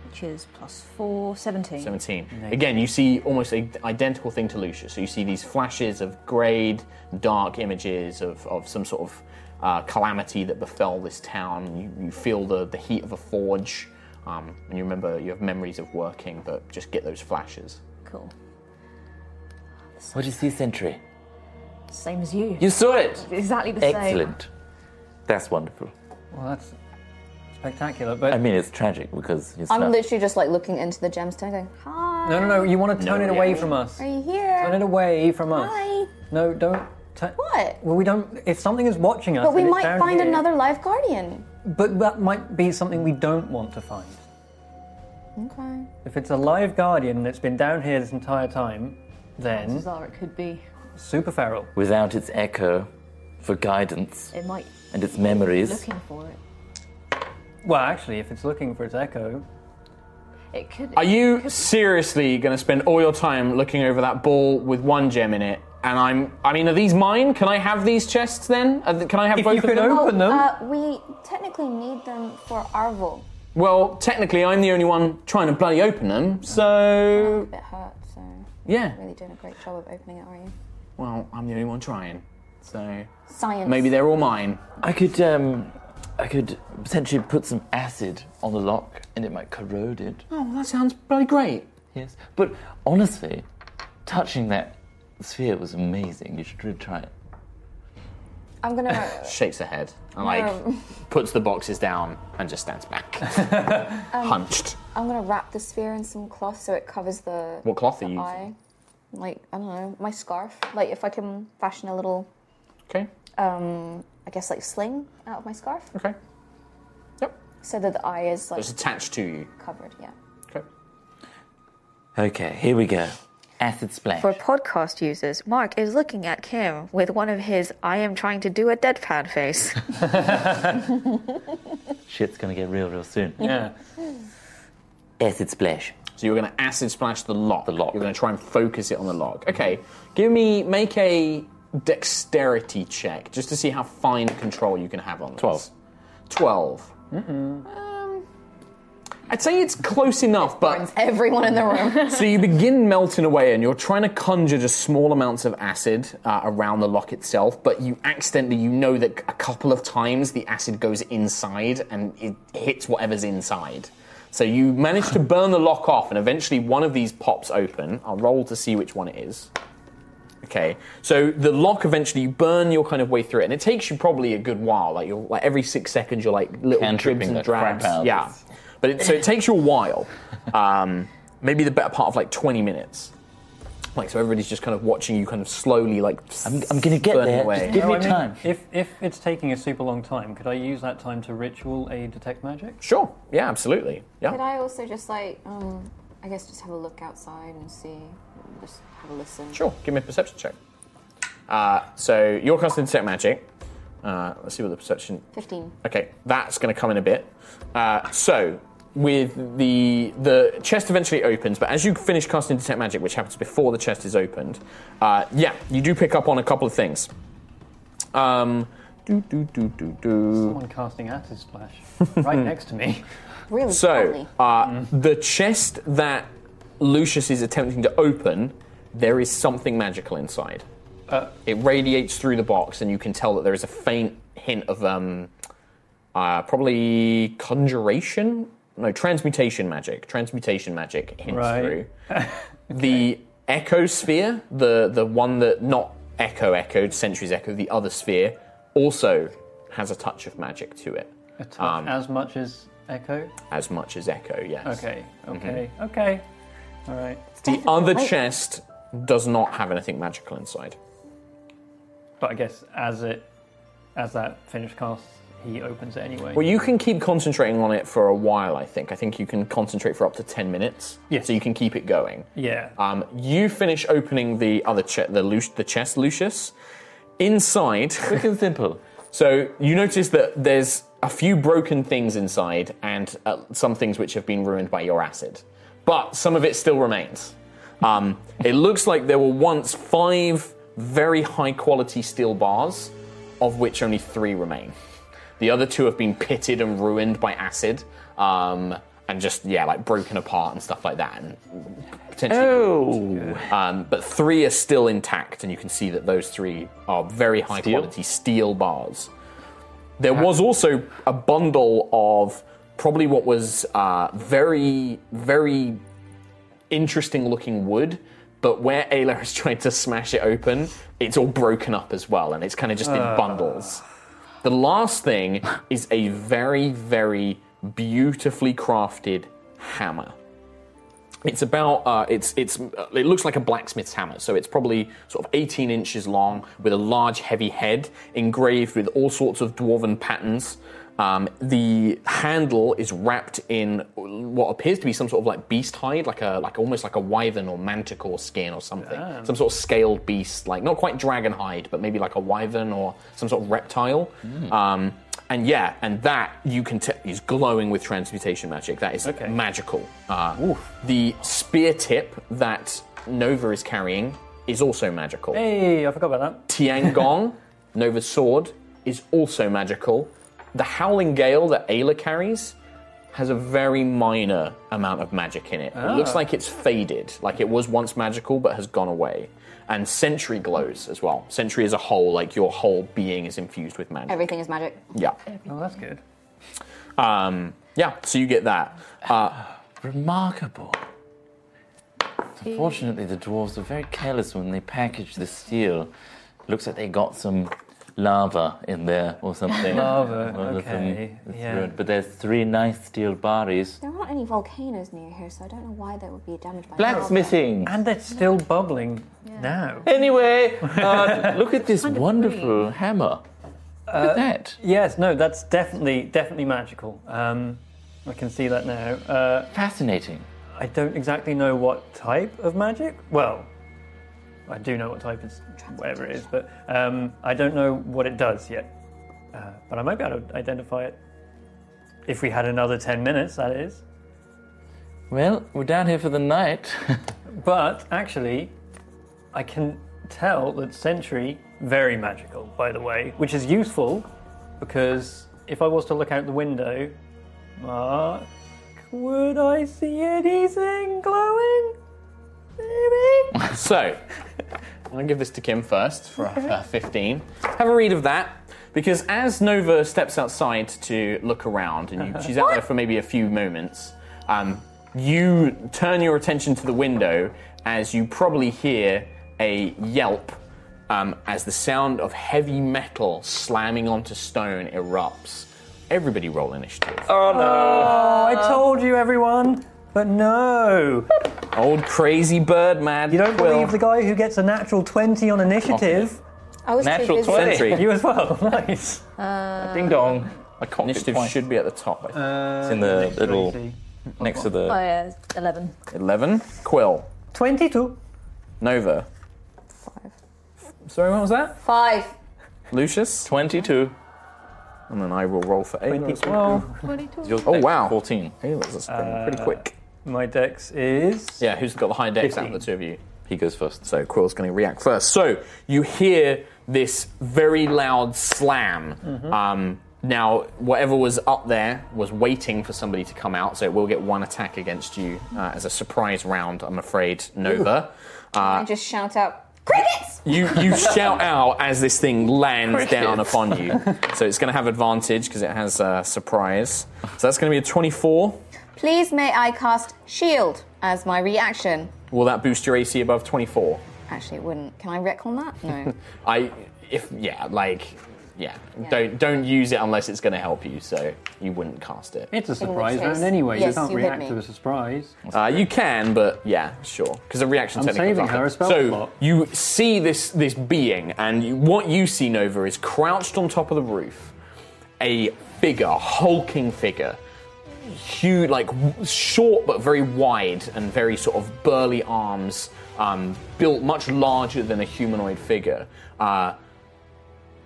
Speaker 3: Which is plus four, 17.
Speaker 4: 17. Again, you see almost a identical thing to Lucius. So you see these flashes of grayed, dark images of, of some sort of uh, calamity that befell this town. You, you feel the, the heat of a forge, um, and you remember you have memories of working, but just get those flashes.
Speaker 3: Cool.
Speaker 7: What do you see, Sentry?
Speaker 3: Same as you.
Speaker 7: You saw it!
Speaker 3: exactly the same.
Speaker 7: Excellent. That's wonderful.
Speaker 1: Well, that's spectacular. But
Speaker 7: I mean, it's tragic because you
Speaker 5: I'm
Speaker 7: snuck-
Speaker 5: literally just like looking into the gemstone, going, "Hi,
Speaker 1: no, no, no. You want to turn
Speaker 4: No,
Speaker 1: it
Speaker 4: yeah.
Speaker 1: away from us.
Speaker 5: are you here?
Speaker 1: Turn it away from us.
Speaker 5: Hi."
Speaker 1: No, don't. tu-
Speaker 5: What?
Speaker 1: Well, we don't. If something is watching us,
Speaker 5: But we
Speaker 1: then it's
Speaker 5: might
Speaker 1: down
Speaker 5: find
Speaker 1: here.
Speaker 5: another live guardian.
Speaker 1: But that might be something we don't want to find.
Speaker 5: Okay.
Speaker 1: If it's a live guardian that's been down here this entire time, then
Speaker 3: Chances are it could be.
Speaker 1: super feral.
Speaker 7: without its echo for guidance
Speaker 3: It might
Speaker 7: and its memories.
Speaker 3: looking for it.
Speaker 1: Well, actually, if it's looking for its echo,
Speaker 3: It could.
Speaker 4: Are you seriously going to spend all your time looking over that ball with one gem in it? And I'm, I mean, are these mine? Can I have these chests then? Are th- Can I have
Speaker 1: If
Speaker 4: both
Speaker 1: you
Speaker 4: of
Speaker 1: could
Speaker 4: them?
Speaker 1: op- Open them.
Speaker 5: Uh, we technically need them for Arvel.
Speaker 4: Well, technically, I'm the only one trying to bloody open them, so.
Speaker 5: It hurt, so
Speaker 4: Yeah.
Speaker 5: really doing a great job of opening it, are you?
Speaker 4: Well, I'm the only one trying, so.
Speaker 5: Science.
Speaker 4: Maybe they're all mine.
Speaker 7: I could, um, I could potentially put some acid on the lock, and it might corrode it.
Speaker 4: Oh, that sounds bloody great.
Speaker 7: Yes, but honestly, touching that sphere was amazing. You should really try it.
Speaker 5: I'm gonna.
Speaker 4: Shakes her head and, like,
Speaker 5: um,
Speaker 4: puts the boxes down and just stands back. Hunched.
Speaker 5: I'm gonna wrap the sphere in some cloth so it covers the.
Speaker 4: What cloth are
Speaker 5: the
Speaker 4: you
Speaker 5: eye.
Speaker 4: using?
Speaker 5: Like I don't know, my scarf. Like if I can fashion a little,
Speaker 4: Okay,
Speaker 5: um, I guess like sling out of my scarf,
Speaker 4: okay. Yep.
Speaker 5: so that the eye is like
Speaker 4: It's attached to you.
Speaker 5: covered. Yeah.
Speaker 4: Okay.
Speaker 7: Okay, here we go. Acid splash.
Speaker 8: For podcast users, Mark is looking at Kim with one of his I am trying to do a deadpan face.
Speaker 7: Shit's gonna get real, real soon.
Speaker 1: yeah.
Speaker 7: Acid splash.
Speaker 4: So you're going to acid splash the lock. The
Speaker 7: lock.
Speaker 4: You're going to try and focus it on the lock. Okay. Give me make a dexterity check just to see how fine control you can have on this.
Speaker 7: Twelve.
Speaker 4: Twelve. Um, I'd say it's close enough, but
Speaker 5: [LAUGHS] Everyone
Speaker 4: [LAUGHS]
Speaker 5: in the room.
Speaker 4: so you begin melting away, and you're trying to conjure just small amounts of acid uh, around the lock itself. But you accidentally, you know that a couple of times the acid goes inside and it hits whatever's inside. So you manage to burn the lock off, and eventually one of these pops open. I'll roll to see which one it is. Okay, so the lock eventually you burn your kind of way through it, and it takes you probably a good while. Like you're like every six seconds, you're like little
Speaker 7: Cantripping
Speaker 4: dribs
Speaker 7: the
Speaker 4: and
Speaker 7: crap
Speaker 4: drabs.
Speaker 7: out of
Speaker 4: Yeah,
Speaker 7: this.
Speaker 4: but it, so it takes you a while. Um, maybe the better part of like twenty minutes. Like so, everybody's just kind of watching you, kind of slowly like.
Speaker 7: I'm, I'm gonna get
Speaker 4: burning
Speaker 7: there.
Speaker 4: away.
Speaker 7: Just give me
Speaker 1: I mean,
Speaker 7: time.
Speaker 1: If if it's taking a super long time, could I use that time to ritual a detect magic?
Speaker 4: Sure. Yeah. Absolutely.
Speaker 5: Could
Speaker 4: Yeah.
Speaker 5: I also just like, um, I guess just have a look outside and see, just have a listen.
Speaker 4: Sure. Give me a perception check. Uh, so you're casting detect magic. Uh, let's see what the perception
Speaker 5: Fifteen.
Speaker 4: Okay, that's going to come in a bit. Uh, so, with the the chest eventually opens, but as you finish casting detect magic, which happens before the chest is opened, uh, yeah, you do pick up on a couple of things. Um, do do do do do.
Speaker 1: Someone casting acid [LAUGHS] splash right next to me.
Speaker 5: Really?
Speaker 4: So,
Speaker 5: lovely.
Speaker 4: uh, the chest that Lucius is attempting to open, there is something magical inside.
Speaker 1: Uh.
Speaker 4: it radiates through the box, and you can tell that there is a faint hint of um, uh, probably conjuration? No, transmutation magic. Transmutation magic hints
Speaker 1: Right. [LAUGHS]
Speaker 4: through. The echo sphere, the, the one that not echo echoed, centuries echo, the other sphere, also has a touch of magic to it. um,
Speaker 1: A touch as much as echo.
Speaker 4: As much as echo, yes.
Speaker 1: Okay, okay,
Speaker 4: Mm-hmm.
Speaker 1: okay. All right,
Speaker 4: The other chest does not have anything magical inside.
Speaker 1: but I guess as it as that finished cast, he opens it anyway.
Speaker 4: Well, you can keep concentrating on it for a while, I think. I think you can concentrate for up to 10 minutes.
Speaker 1: Yes.
Speaker 4: So you can keep it going.
Speaker 1: yeah.
Speaker 4: Um, you finish opening the other che- the, lu- the chest, Lucius. Inside, [LAUGHS]
Speaker 7: Quick and simple.
Speaker 4: so you notice that there's a few broken things inside and uh, some things which have been ruined by your acid. But some of it still remains. Um, it looks like there were once five very high quality steel bars, of which only three remain. The other two have been pitted and ruined by acid, um, and just yeah, like broken apart and stuff like that, and potentially. Um, but three are still intact, and you can see that those three are very high quality steel bars. There was also a bundle of probably what was uh, very, very interesting looking wood, but where Ayla has [LAUGHS] tried to smash it open, it's all broken up as well, and it's kind of just in bundles. The last thing is a very, very beautifully crafted hammer. It's about uh, it's it's uh, it looks like a blacksmith's hammer, so it's probably sort of 18 inches long with a large heavy head engraved with all sorts of dwarven patterns. Um, the handle is wrapped in what appears to be some sort of like beast hide, like a like almost like a wyvern or manticore skin or something, some sort of scaled beast, like not quite dragon hide, but maybe like a wyvern or some sort of reptile. Um, and yeah, and that you can tell is glowing with transmutation magic. That is
Speaker 1: Okay.
Speaker 4: magical. Uh, the spear tip that Nova is carrying is also magical.
Speaker 1: Hey, I forgot about that. [LAUGHS]
Speaker 4: Tiangong, Nova's sword, is also magical. The Howling Gale that Ayla carries has a very minor amount of magic in it. It
Speaker 1: Ah.
Speaker 4: looks like it's faded, like it was once magical but has gone away. And Sentry glows as well. Sentry as a whole, like your whole being is infused with magic.
Speaker 5: Everything is magic.
Speaker 4: Yeah.
Speaker 1: Oh, that's good.
Speaker 4: Um, yeah, so you get that. Uh,
Speaker 7: Remarkable. Unfortunately, the dwarves were very careless when they packaged the steel. Looks like they got some lava in there or something.
Speaker 1: Lava,
Speaker 7: Or
Speaker 9: um,
Speaker 7: there's some-
Speaker 1: okay,
Speaker 7: it's
Speaker 1: yeah.
Speaker 7: ruined. But there's three nice steel bodies.
Speaker 5: There aren't any volcanoes near here, so I don't know why that would be damaged by
Speaker 7: Blacksmithing.
Speaker 1: And it's still bubbling now.
Speaker 7: Anyway, uh, look at this
Speaker 8: Kind of
Speaker 7: wonderful hammer. Look
Speaker 1: Uh,
Speaker 7: at that.
Speaker 1: Yes, no, that's definitely definitely magical. Um, I can see that now. Uh,
Speaker 7: Fascinating.
Speaker 1: I don't exactly know what type of magic. Well, I do know what type it's whatever it is, but um, I don't know what it does yet. Uh, but I might be able to identify it if we had another ten minutes. That is.
Speaker 7: Well, we're down here for the
Speaker 1: [LAUGHS]
Speaker 7: night.
Speaker 1: But actually, I can tell that Sentry very magical, by the way, which is useful because if I was to look out the window, Mark, Would I see anything glowing? Maybe.
Speaker 4: So, I'm going to give this to Kim first for uh, 15. Have a read of that. Because as Nova steps outside to look around, and
Speaker 1: Uh-huh.
Speaker 4: you, she's out there for maybe a few moments, um, you turn your attention to the window as you probably hear a yelp um, as the sound of heavy metal slamming onto stone erupts. Everybody roll initiative.
Speaker 1: Oh, I told you, everyone. But no,
Speaker 4: Old crazy bird man.
Speaker 1: you don't
Speaker 4: Quill.
Speaker 1: believe the guy who gets a natural 20 on initiative.
Speaker 5: I was
Speaker 7: Natural
Speaker 5: too busy.
Speaker 7: 20.
Speaker 1: [LAUGHS]
Speaker 4: Sentry.
Speaker 1: You as well. Nice.
Speaker 7: Ding dong.
Speaker 6: I can't
Speaker 4: Initiative should be at the top. I think.
Speaker 7: It's in
Speaker 4: Uh,
Speaker 7: the little next to the.
Speaker 3: Oh, yeah, 11.
Speaker 4: 11. Quill.
Speaker 1: 22.
Speaker 4: Nova.
Speaker 5: Five.
Speaker 4: Sorry, what was that?
Speaker 5: Five.
Speaker 4: Lucius.
Speaker 7: Twenty-two.
Speaker 4: And then I will roll for Ayla as
Speaker 1: 22.
Speaker 4: well.
Speaker 7: Yours
Speaker 4: Oh,
Speaker 7: next,
Speaker 4: wow. Uh,
Speaker 7: Fourteen.
Speaker 4: Ayla's is going pretty quick.
Speaker 1: My dex is.
Speaker 4: Yeah, who's got the high dex out of the
Speaker 1: 15.
Speaker 4: two of you?
Speaker 7: He goes first.
Speaker 4: So Quill's going to react first. So you hear this very loud slam. Um, now, whatever was up there was waiting for somebody to come out, so it will get one attack against you uh, as a surprise round, I'm afraid, Nova.
Speaker 5: I just shout out, crickets!
Speaker 4: You, you shout out as this thing lands down upon you. So it's going to have advantage because it has uh, surprise. So that's going to be a 24.
Speaker 5: Please may I cast shield as my reaction.
Speaker 4: Will that boost your AC above 24?
Speaker 5: Actually, it wouldn't. Can I wreck on that? No.
Speaker 4: I if yeah, like yeah, don't don't use it unless it's going to help you. So you wouldn't cast it.
Speaker 1: It's a surprise
Speaker 5: case,
Speaker 1: round anyway.
Speaker 5: yes,
Speaker 1: you can't
Speaker 5: you hit
Speaker 1: react
Speaker 5: me.
Speaker 1: to a surprise.
Speaker 4: Uh, you can, but yeah, sure, because the reaction.
Speaker 1: I'm
Speaker 4: technically
Speaker 1: saving
Speaker 4: comes after.
Speaker 1: her a spell
Speaker 4: So
Speaker 1: slot.
Speaker 4: you see this this being, and you, what you see Nova is crouched on top of the roof, a figure, hulking figure, huge, like w- short but very wide and very sort of burly arms, um, built much larger than a humanoid figure. Uh,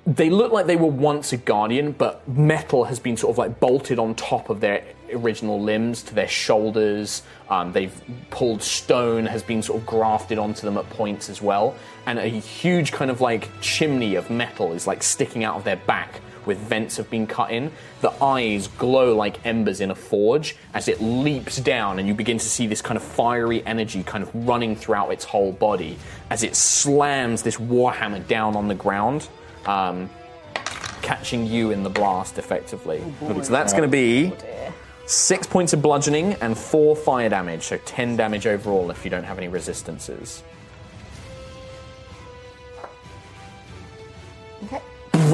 Speaker 4: they look like they were once a guardian, but metal has been sort of like bolted on top of their original limbs to their shoulders. Um, they've pulled stone, has been sort of grafted onto them at points as well. And a huge kind of like chimney of metal is like sticking out of their back with vents have been cut in. The eyes glow like embers in a forge as it leaps down, and you begin to see this kind of fiery energy kind of running throughout its whole body as it slams this warhammer down on the ground, um, catching you in the blast effectively. so that's going to be six points of bludgeoning and four fire damage, so ten damage overall if you don't have any resistances.
Speaker 5: okay.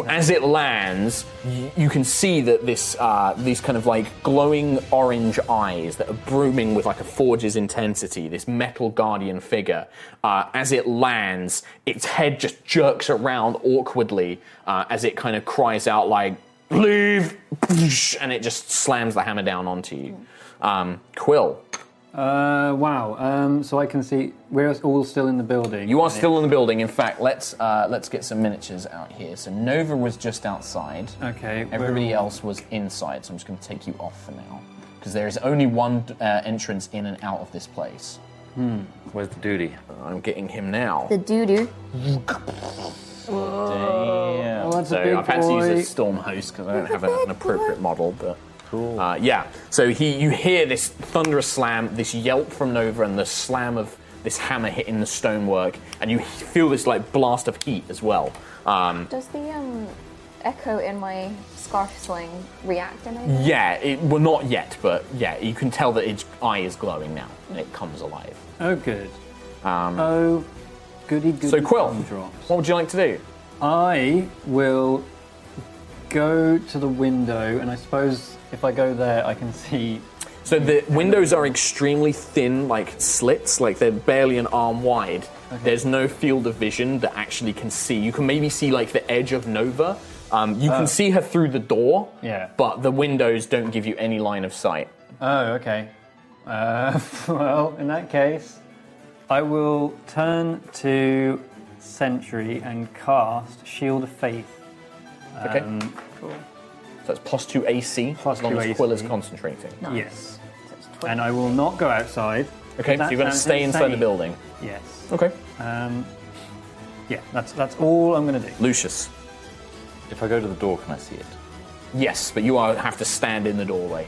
Speaker 4: as it lands, y- you can see that this uh, these kind of like glowing orange eyes that are brooming with like a forge's intensity. This metal guardian figure, uh, as it lands, its head just jerks around awkwardly uh, as it kind of cries out like "Leave!" [LAUGHS] and it just slams the hammer down onto you. Um, Quill,
Speaker 1: Uh, wow. Um, so I can see we're all still in the building.
Speaker 4: You are still in the building. In fact, let's uh, let's get some miniatures out here. So Nova was just outside.
Speaker 1: Okay, we're
Speaker 4: Everybody
Speaker 1: all-
Speaker 4: else was inside. So I'm just going to take you off for now because there is only one uh, entrance in and out of this place. Uh,
Speaker 7: Where's the duty?
Speaker 4: I'm getting him now.
Speaker 5: The doo doo.
Speaker 7: Damn.
Speaker 1: Well, that's
Speaker 4: So
Speaker 1: a big
Speaker 4: I've had
Speaker 1: boy.
Speaker 4: to use a storm host because I don't
Speaker 1: [LAUGHS]
Speaker 4: have an, an appropriate model, but. Cool. Uh, yeah. So he, you hear this thunderous slam, this yelp from Nova, and the slam of this hammer hitting the stonework, and you feel this like blast of heat as well. Um,
Speaker 5: Does the um, echo in my scarf sling react in any way?
Speaker 4: Yeah, it, well, not yet, but yeah, you can tell that its eye is glowing now. It comes alive.
Speaker 1: Oh, good. oh, goody goody.
Speaker 4: Um, So, Quill,
Speaker 1: gumdrops.
Speaker 4: what would you like to do?
Speaker 1: I will go to the window, and I suppose if I go there, I can [LAUGHS] see.
Speaker 4: So, the windows are extremely thin, like slits, like they're barely an arm wide. There's no field of vision that actually can see. You can maybe see, like, the edge of Nova. Um, you can see her through the door,
Speaker 1: Oh. Yeah.
Speaker 4: but the windows don't give you any line of sight.
Speaker 1: Oh, okay. Uh, [LAUGHS] well, in that case, I will turn to Sentry and cast Shield of Faith.
Speaker 4: Okay? So, that's plus two AC,
Speaker 1: Um, Plus
Speaker 4: as long
Speaker 1: two
Speaker 4: as Quill is
Speaker 1: AC.
Speaker 4: concentrating.
Speaker 1: Yes. And I will not go outside.
Speaker 4: Okay, so
Speaker 1: That
Speaker 4: you're going to
Speaker 1: sounds
Speaker 4: stay inside the
Speaker 1: insane.
Speaker 4: building.
Speaker 1: Yes.
Speaker 4: Okay.
Speaker 1: Um, yeah, that's that's all I'm going to do.
Speaker 4: Lucius.
Speaker 7: If I go to the door, can I see it?
Speaker 4: Yes, but you are have to stand in the doorway.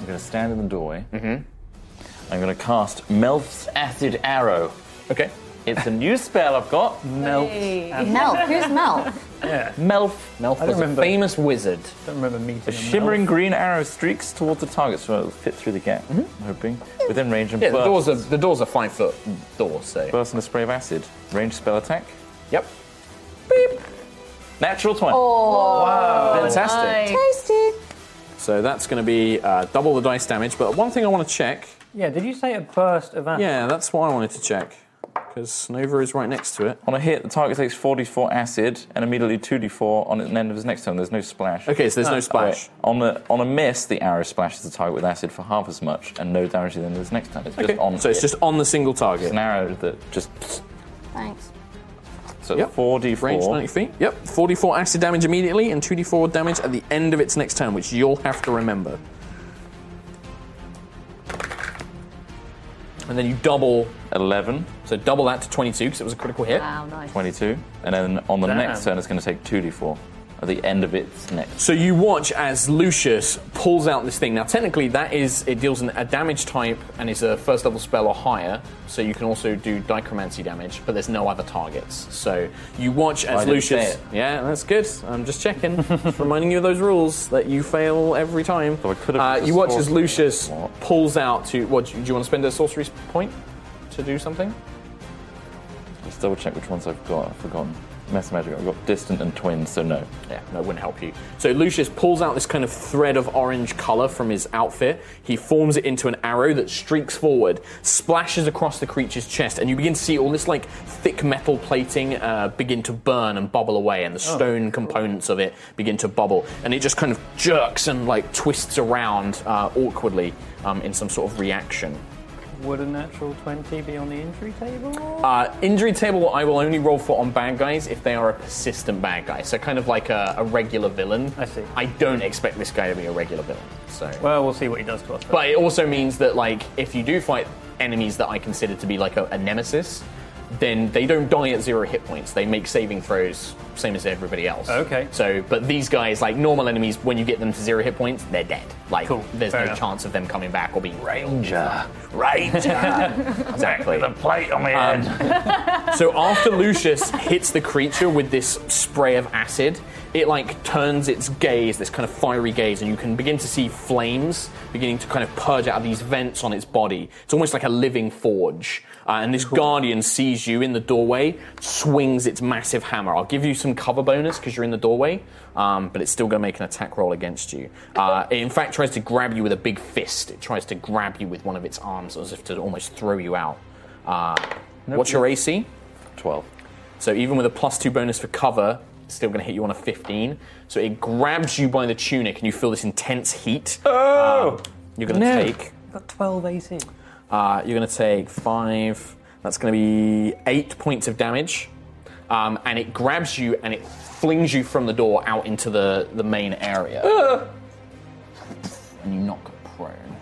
Speaker 9: I'm going to stand in the doorway. Mm-hmm. I'm going to cast Melf's Acid Arrow.
Speaker 4: Okay.
Speaker 9: It's a new spell I've got.
Speaker 1: Melt.
Speaker 5: Mel, who's Mel?
Speaker 4: [LAUGHS]
Speaker 9: Melf.
Speaker 4: Melf was
Speaker 1: remember.
Speaker 4: a famous wizard.
Speaker 1: I don't remember meeting
Speaker 9: A
Speaker 1: him,
Speaker 9: shimmering
Speaker 1: Mel.
Speaker 9: green arrow streaks towards the target, so it'll fit through the gap, I'm hoping. Within range and
Speaker 4: Yeah, the
Speaker 9: burst.
Speaker 4: door's a, the door's a five foot door, so.
Speaker 9: burst in a spray of acid. Range spell attack.
Speaker 4: Yep.
Speaker 9: Beep. Natural 20.
Speaker 4: Fantastic.
Speaker 5: Tasty.
Speaker 4: So that's going to be uh, double the dice damage. But one thing I want to check.
Speaker 1: Yeah, did you say a burst of acid?
Speaker 4: Yeah, that's why I wanted to check. Because Nova is right next to it.
Speaker 9: On a hit, the target takes 4d4 acid and immediately 2d4 on the end of his next turn. There's no splash.
Speaker 4: Okay, so there's no splash.
Speaker 9: Oh, wait. On a, on a miss, the arrow splashes the target with acid for half as much and no damage at the end of his next turn. It's just on.
Speaker 4: so it's
Speaker 9: hit.
Speaker 4: just on the single
Speaker 9: It's
Speaker 4: target.
Speaker 9: an arrow that just.
Speaker 5: Thanks.
Speaker 9: So
Speaker 4: Yep.
Speaker 9: 4d4.
Speaker 4: Range 90 feet. Yep. 44 acid damage immediately and 2d4 damage at the end of its next turn, which you'll have to remember. And then you double,
Speaker 9: 11,
Speaker 4: so double that to 22 because it was a critical hit.
Speaker 3: Wow, nice.
Speaker 9: 22. And then on the
Speaker 1: Damn.
Speaker 9: next turn, it's going to take 2d4 at the end of its next.
Speaker 4: So you watch as Lucius pulls out this thing. Now, technically, that is it deals an, a damage type and is a first level spell or higher. So you can also do dichromancy damage, but there's no other targets. So you watch as
Speaker 9: I didn't say
Speaker 4: Lucius.
Speaker 9: it.
Speaker 4: Yeah, that's good. I'm just checking, just reminding you of those rules that you fail every time.
Speaker 9: So I could
Speaker 4: uh,
Speaker 9: have
Speaker 4: you watch as
Speaker 9: sorcery.
Speaker 4: Lucius
Speaker 9: What?
Speaker 4: pulls out to. What do you want to spend a sorcery point to do something?
Speaker 9: Let's double check which ones I've got. I've forgotten. Mess magic. I've got distant and twins, so no.
Speaker 4: Yeah, no, it wouldn't help you. So Lucius pulls out this kind of thread of orange colour from his outfit. He forms it into an arrow that streaks forward, splashes across the creature's chest, and you begin to see all this like thick metal plating uh, begin to burn and bubble away, and the stone components of it begin to bubble, and it just kind of jerks and like twists around uh, awkwardly um, in some sort of reaction.
Speaker 1: Would a natural 20 be on the injury table?
Speaker 4: Uh, injury table I will only roll for on bad guys if they are a persistent bad guy. So kind of like a, a regular villain.
Speaker 1: I see.
Speaker 4: I don't expect this guy to be a regular villain. So
Speaker 1: Well, we'll see what he does to us. first.
Speaker 4: But it also means that like if you do fight enemies that I consider to be like a, a nemesis, then they don't die at zero hit points. They make saving throws same as everybody else.
Speaker 1: Okay.
Speaker 4: So but these guys, like normal enemies, when you get them to zero hit points, they're dead. Like
Speaker 1: Cool.
Speaker 4: there's
Speaker 1: Fair
Speaker 4: no
Speaker 1: enough.
Speaker 4: chance of them coming back or being railed.
Speaker 1: [LAUGHS]
Speaker 9: Ranger!
Speaker 4: Exactly. Um,
Speaker 9: The plate
Speaker 1: Oh,
Speaker 9: on the end.
Speaker 4: So after Lucius hits the creature with this spray of acid, it like turns its gaze, this kind of fiery gaze, and you can begin to see flames beginning to kind of purge out of these vents on its body. It's almost like a living forge. Uh, and this guardian sees you in the doorway, swings its massive hammer. I'll give you some cover bonus because you're in the doorway, um, but it's still going to make an attack roll against you. Uh, it in fact tries to grab you with a big fist. It tries to grab you with one of its arms as if to almost throw you out. Uh, what's your AC?
Speaker 9: 12.
Speaker 4: So even with a plus two bonus for cover, it's still going to hit you on a 15. So it grabs you by the tunic, and you feel this intense heat. Oh! you're going to
Speaker 9: No.
Speaker 4: take.
Speaker 1: got 12 AC.
Speaker 4: Uh, you're going to take five. That's going to be eight points of damage. Um, and it grabs you and it flings you from the door out into the, the main area.
Speaker 9: Ah!
Speaker 4: And you knock prone.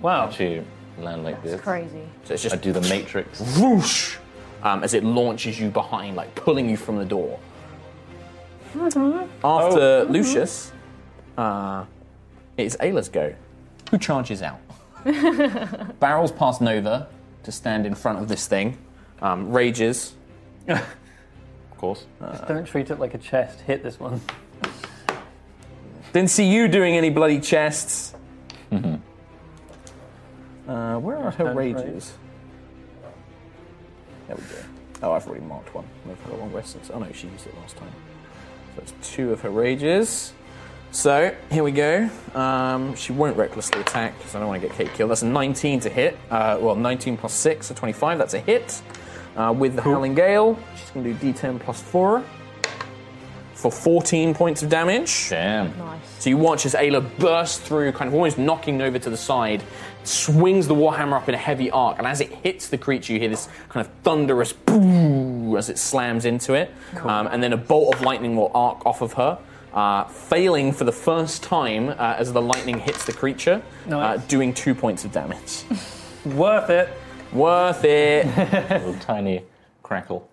Speaker 1: Wow.
Speaker 9: To land like this.
Speaker 3: Crazy.
Speaker 4: So it's just
Speaker 9: I do the matrix.
Speaker 4: whoosh um, as it launches you behind, like pulling you from the door. After Lucius, uh, it is Ayla's go. Who charges out? Barrels past Nova to stand in front of this thing. Um, rages.
Speaker 9: Of
Speaker 4: [LAUGHS]
Speaker 9: course.
Speaker 1: Just don't treat it like a chest. Hit this one. [LAUGHS]
Speaker 4: Didn't see you doing any bloody chests. Uh, where are her
Speaker 1: Turn right.
Speaker 4: rages? There we go. Oh, I've already marked one. I've got one rest since. Oh no, she used it last time. So that's two of her rages. So here we go. Um, she won't recklessly attack because I don't want to get Kate killed. That's a 19 to hit. Uh, well, 19 plus six, so 25. That's a hit. Uh, with the Howling Gale, she's going to do D10 plus four for 14 points of damage.
Speaker 9: Damn.
Speaker 3: Nice.
Speaker 4: So you watch as Ayla bursts through, kind of almost knocking Nova to the side, swings the warhammer up in a heavy arc, and as it hits the creature, you hear this kind of thunderous boo as it slams into it, um, and then a bolt of lightning will arc off of her. Uh, failing for the first time uh, as the lightning hits the creature,
Speaker 1: Nice.
Speaker 4: uh, doing two points of damage. [LAUGHS]
Speaker 1: Worth it.
Speaker 4: Worth it.
Speaker 9: Little tiny crackle.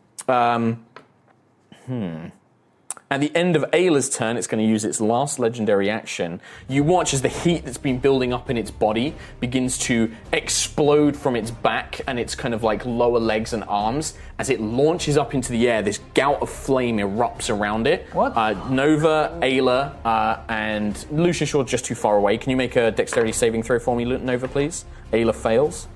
Speaker 4: At the end of Ayla's turn, it's going to use its last legendary action. You watch as the heat that's been building up in its body begins to explode from its back and its kind of like lower legs and arms. As it launches up into the air, this gout of flame erupts around it.
Speaker 7: What?
Speaker 4: Uh, Nova, Ayla, uh, and Lucius, you're just too far away. Can you make a dexterity saving throw for me, Lu- Nova, please? Ayla fails.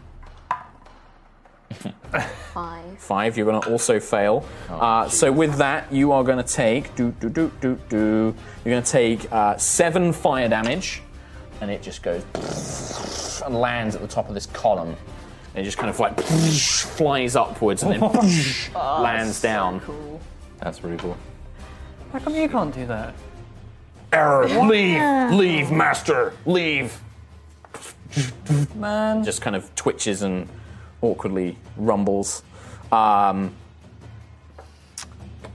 Speaker 5: Five.
Speaker 4: Five, you're going to also fail. uh, so with that, you are going to take do do do do do. You're going to take uh, seven fire damage, and it just goes and lands at the top of this column. And it just kind of like [LAUGHS] flies upwards and then [LAUGHS] lands down.
Speaker 9: That's really cool.
Speaker 1: How come you can't do that?
Speaker 4: Error! Leave! Leave, master! Leave!
Speaker 1: Man.
Speaker 4: just kind of twitches and awkwardly rumbles. Um,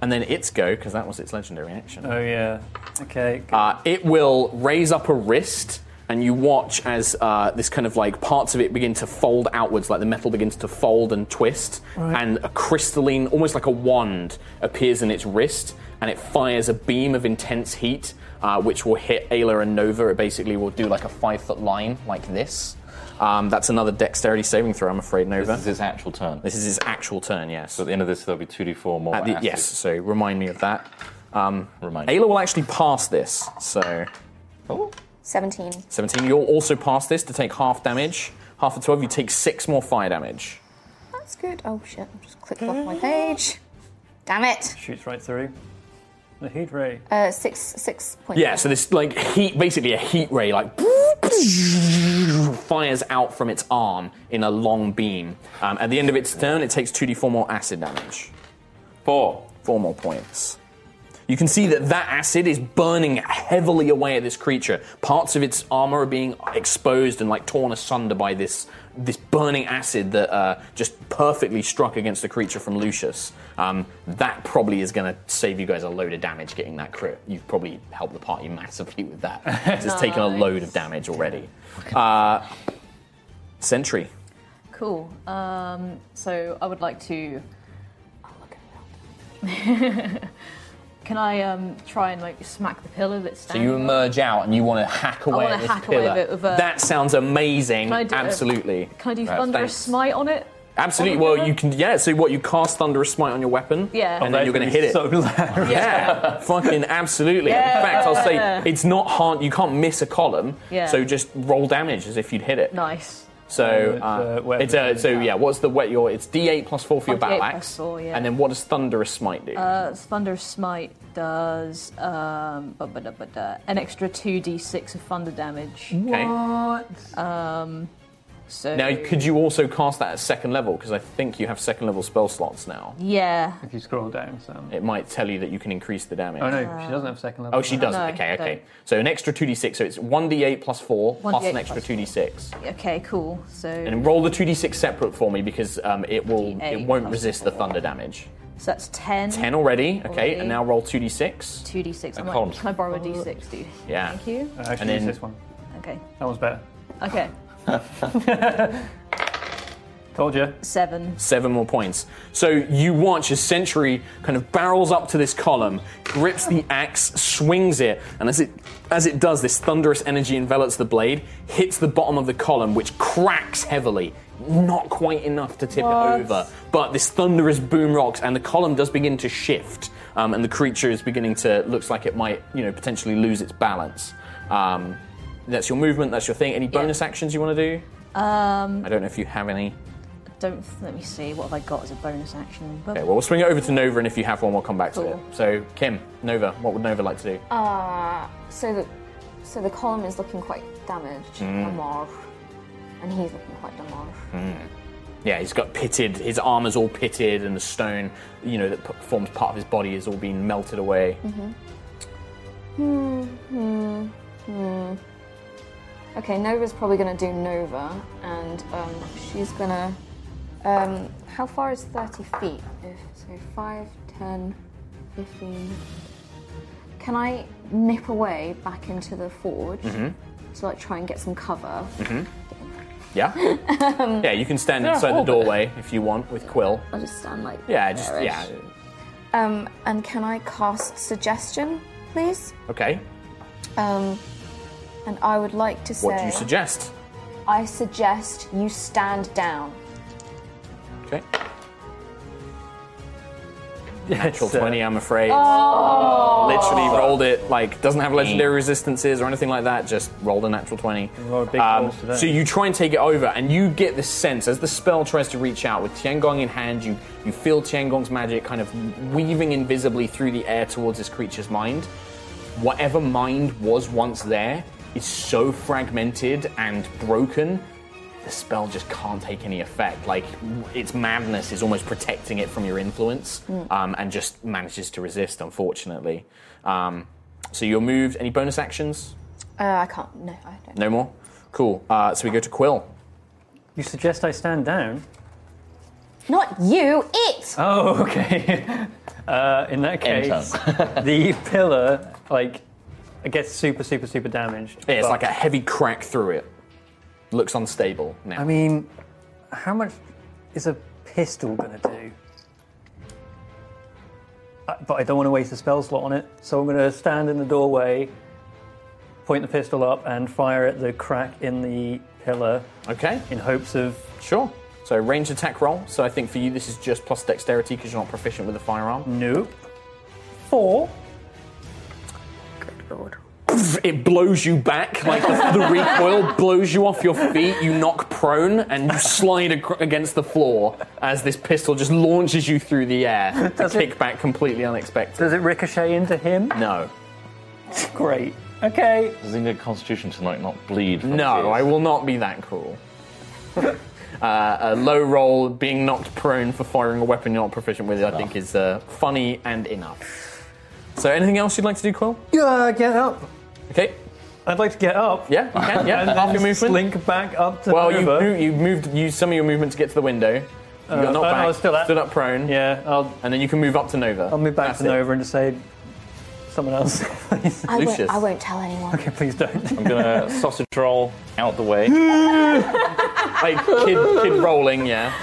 Speaker 4: and then its go, because that was its legendary action.
Speaker 1: Oh yeah. Okay. good.
Speaker 4: Uh, it will raise up a wrist, and you watch as uh, this kind of like parts of it begin to fold outwards, like the metal begins to fold and twist, and a crystalline, almost like a wand, appears in its wrist, and it fires a beam of intense heat, uh, which will hit Ayla and Nova. It basically will do like a five foot line, like this. Um, that's another dexterity saving throw, I'm afraid, Nova.
Speaker 9: This is his actual turn.
Speaker 4: This is his actual turn, yes.
Speaker 9: At the end of this, there'll be 2d4 more.
Speaker 4: At the-
Speaker 9: acid.
Speaker 4: yes, so remind me of that. Um,
Speaker 9: Remind me.
Speaker 4: Ayla will actually pass this, so.
Speaker 5: Seventeen.
Speaker 4: 17. You'll also pass this to take half damage. Half of 12, you take six more fire damage.
Speaker 5: That's good. Oh shit! I just clicked off my page. Damn it.
Speaker 1: Shoots right through. The heat ray.
Speaker 5: Uh, six six points.
Speaker 4: Yeah, so this, like, heat, basically a heat ray, like, fires out from its arm in a long beam. Um, at the end of its turn, it takes 2d4 more acid damage. Four. Four more points. You can see that that acid is burning heavily away at this creature. Parts of its armor are being exposed and like torn asunder by this this burning acid that uh, just perfectly struck against the creature from Lucius. Um, that probably is going to save you guys a load of damage getting that crit. You've probably helped the party massively with that. It's just taken
Speaker 3: [LAUGHS]
Speaker 4: a load of damage already. Uh, Sentry.
Speaker 3: Cool. Um, so I would like to. oh, [LAUGHS] Can I um, try and like smack the pillar that's
Speaker 4: So
Speaker 3: standing?
Speaker 4: you
Speaker 3: up?
Speaker 4: emerge out and you want to hack away
Speaker 3: wanna
Speaker 4: at this
Speaker 3: hack away
Speaker 4: pillar.
Speaker 3: a bit with a-
Speaker 4: that sounds amazing.
Speaker 3: Can I do a-
Speaker 4: Absolutely.
Speaker 3: Can I do
Speaker 4: Right,
Speaker 3: thunderous
Speaker 4: thanks.
Speaker 3: smite on it?
Speaker 4: Absolutely.
Speaker 3: On the
Speaker 4: Well,
Speaker 3: pillar?
Speaker 4: you can. Yeah. So what? You cast thunderous smite on your weapon.
Speaker 3: Yeah. Oh,
Speaker 4: And then
Speaker 1: That'd
Speaker 4: you're going
Speaker 1: be
Speaker 4: to hit it.
Speaker 1: So
Speaker 7: Um,
Speaker 1: loud.
Speaker 4: yeah. Fucking absolutely. In
Speaker 3: Yeah.
Speaker 4: fact, I'll say it's not hard. You can't miss a column.
Speaker 3: Yeah.
Speaker 4: So just roll damage as if you'd hit it.
Speaker 3: Nice.
Speaker 4: So
Speaker 1: With,
Speaker 4: uh,
Speaker 1: uh, weapon.
Speaker 4: it's uh, so yeah. What's the wet your? It's D8 plus four for your
Speaker 3: Oh, D8
Speaker 4: battle
Speaker 3: plus
Speaker 4: axe.
Speaker 3: four, yeah.
Speaker 4: And then what does thunderous smite do?
Speaker 3: Uh, thunderous smite does um, ba- ba- da- ba- da, an extra two d six of thunder damage.
Speaker 4: okay.
Speaker 3: So
Speaker 4: Now could you also cast that at second level? Because I think you have second level spell slots now.
Speaker 3: Yeah.
Speaker 1: If you scroll down, Sam.
Speaker 4: It might tell you that you can increase the damage.
Speaker 1: Oh no, she doesn't have second level.
Speaker 4: Oh, she doesn't.
Speaker 3: No,
Speaker 4: okay, okay.
Speaker 3: don't.
Speaker 4: So an extra 2d6. So it's 1d8 plus 4 plus
Speaker 3: 1d8
Speaker 4: an extra
Speaker 3: plus
Speaker 4: 2d6.
Speaker 3: Okay. Cool. So,
Speaker 4: And roll the 2d6 separate for me because um, it will it
Speaker 3: 2d8
Speaker 4: won't
Speaker 3: plus
Speaker 4: resist the thunder damage.
Speaker 3: so that's ten.
Speaker 4: 10 already. Okay,
Speaker 3: Already.
Speaker 4: and now roll 2d6.
Speaker 3: Two d six. I'm
Speaker 9: column.
Speaker 3: like, can I borrow a d six, dude?
Speaker 4: Yeah.
Speaker 3: Thank you.
Speaker 1: Uh, Actually,
Speaker 4: and
Speaker 1: use
Speaker 4: then-
Speaker 1: this one.
Speaker 3: Okay.
Speaker 1: That one's better.
Speaker 3: Okay.
Speaker 1: Told you.
Speaker 3: Seven.
Speaker 4: Seven more points. So you watch as Sentry kind of barrels up to this column, grips the axe, swings it, and as it as it does, this thunderous energy envelops the blade, hits the bottom of the column, which cracks heavily. Not quite enough to tip it over, but this thunderous boom rocks, and the column does begin to shift, um, and the creature is beginning to looks like it might you know potentially lose its balance. Um, that's your movement. That's your thing. Any bonus actions you want to do?
Speaker 3: Um,
Speaker 4: I don't know if you have any.
Speaker 3: don't let me see. What have I got as a bonus action?
Speaker 4: Okay, well, we'll swing it over to Nova, and if you have one, we'll come back to it.
Speaker 3: Cool.
Speaker 4: So, Kim, Nova, what would Nova like to do?
Speaker 5: Uh, so the so the column is looking quite damaged. Damaged. And he's looking quite damaged.
Speaker 4: yeah, he's got pitted, his armor's all pitted, and the stone, you know, that p- forms part of his body is all being melted away.
Speaker 5: Okay, Nova's probably going to do Nova, and um, she's going to. Um, how far is 30 feet? If, so 5, 10, 15. Can I nip away back into the forge
Speaker 4: Mm-hmm.
Speaker 5: to like try and get some cover?
Speaker 4: Yeah? yeah, you can stand inside the doorway if you want with Quill.
Speaker 5: I just stand like.
Speaker 4: Yeah, just,
Speaker 5: there-ish.
Speaker 4: yeah.
Speaker 5: Um, and can I cast suggestion, please?
Speaker 4: Okay.
Speaker 5: Um, and I would like to say.
Speaker 4: What do you suggest?
Speaker 5: I suggest you stand down.
Speaker 4: Okay.
Speaker 1: Natural
Speaker 4: Natural 20, I'm afraid. Literally rolled it, like, doesn't have legendary resistances or anything like that, just rolled a natural 20.
Speaker 1: Roll big rolls today.
Speaker 4: so you try and take it over, and you get this sense as the spell tries to reach out with Tiangong in hand, you, you feel Tiangong's magic kind of weaving invisibly through the air towards this creature's mind. Whatever mind was once there is so fragmented and broken the spell just can't take any effect. Like its madness is almost protecting it from your influence, um, and just manages to resist. Unfortunately, um, so you're moved. Any bonus actions?
Speaker 5: Uh, I can't. No, I don't.
Speaker 4: No more. Cool. Uh, so we go to Quill.
Speaker 1: You suggest I stand down?
Speaker 5: Not you, it!
Speaker 1: Oh, okay. [LAUGHS] Uh, in that case, [LAUGHS] the pillar, like, it gets super, super, super damaged.
Speaker 4: Yeah, it's
Speaker 1: but-
Speaker 4: like a heavy crack through it. Looks unstable now.
Speaker 1: I mean, how much is a pistol gonna do? Uh, But I don't want to waste a spell slot on it, so I'm gonna stand in the doorway, point the pistol up, and fire at the crack in the pillar
Speaker 4: okay,
Speaker 1: in hopes of.
Speaker 4: sure. So ranged attack roll. So I think for you this is just plus dexterity because you're not proficient with a firearm.
Speaker 1: Nope. Four.
Speaker 4: it blows you back, like the, the recoil blows you off your feet. You knock prone and you slide ac- against the floor as this pistol just launches you through the air. The
Speaker 1: Does it-
Speaker 4: kickback completely unexpected.
Speaker 1: Does it ricochet into him?
Speaker 4: No,
Speaker 1: Great. Okay.
Speaker 9: Does he need a constitution to like not bleed? from
Speaker 4: no,
Speaker 9: tears?
Speaker 4: I will not be that
Speaker 1: [LAUGHS]
Speaker 4: cruel. Uh, a low roll, being knocked prone for firing a weapon you're not proficient with, I
Speaker 1: Ah.
Speaker 4: think is uh, funny and enough. So, anything else you'd like to do, Quill?
Speaker 1: Yeah, get up.
Speaker 4: Okay.
Speaker 1: I'd like to get up.
Speaker 4: Yeah, you can. Yeah,
Speaker 1: [LAUGHS] and
Speaker 4: half
Speaker 1: then
Speaker 4: your movement.
Speaker 1: slink back up to
Speaker 4: Well, you,
Speaker 1: Nova.
Speaker 4: mo- you moved, you some of your movement to get to the window. You got knocked
Speaker 1: oh, no, I
Speaker 4: back,
Speaker 1: was still at-
Speaker 4: stood up prone.
Speaker 1: Yeah, I'll
Speaker 4: And then you can move up to Nova.
Speaker 1: I'll move back
Speaker 4: That's
Speaker 1: to
Speaker 4: it.
Speaker 1: Nova and just say someone else, [LAUGHS] please.
Speaker 5: I won't,
Speaker 4: Lucius.
Speaker 5: I won't tell anyone.
Speaker 1: Okay, please don't. [LAUGHS]
Speaker 9: I'm
Speaker 4: [LAUGHS]
Speaker 9: gonna sausage roll out the way. kind
Speaker 4: Like kid, kid rolling, yeah.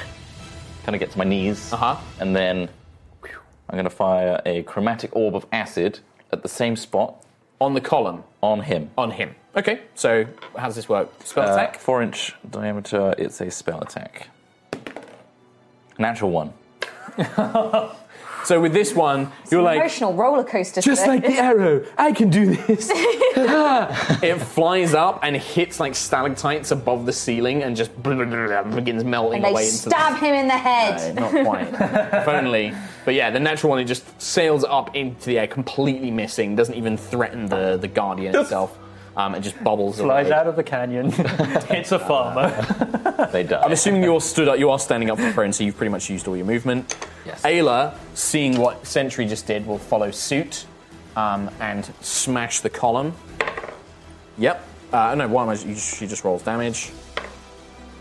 Speaker 9: of get to my knees.
Speaker 4: Uh-huh.
Speaker 9: And then whew, I'm gonna fire a chromatic orb of acid at the same spot
Speaker 4: On the column,
Speaker 9: on him.
Speaker 4: on him. Okay, so how does this work? Spell
Speaker 9: Uh,
Speaker 4: attack?
Speaker 9: Four inch diameter. It's a spell attack. Natural one.
Speaker 4: So with this one, you're like,
Speaker 5: Emotional roller coaster.
Speaker 4: just
Speaker 5: today.
Speaker 4: like the arrow, I can do this. [LAUGHS] it flies up and hits like stalactites above the ceiling and just begins melting
Speaker 5: and they
Speaker 4: away into the
Speaker 5: stab him in the head.
Speaker 4: No, Uh, not quite. if only. But yeah, the natural one it just sails up into the air, completely missing. Doesn't even threaten the the guardian itself. Um, it just bubbles
Speaker 1: Flies
Speaker 4: away.
Speaker 1: out of the [LAUGHS] canyon, hits a farmer.
Speaker 9: [LAUGHS] They die.
Speaker 4: I'm assuming you're stood up. You are standing up for prone, so you've pretty much used all your movement.
Speaker 9: Yes.
Speaker 4: Ayla, seeing what Sentry just did, will follow suit um, and smash the column. Yep. Uh, no, why am I? You, she just rolls damage.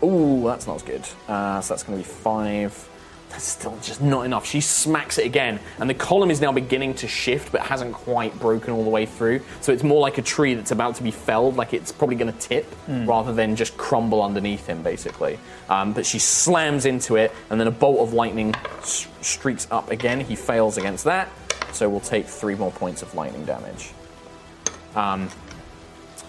Speaker 4: Ooh, that's not as good. Uh, so that's going to be five. That's still just not enough. She smacks it again, and the column is now beginning to shift, but hasn't quite broken all the way through. So it's more like a tree that's about to be felled, like it's probably going to tip rather than just crumble underneath him, basically. Um, but she slams into it, and then a bolt of lightning s- streaks up again. He fails against that, so we'll take three more points of lightning damage.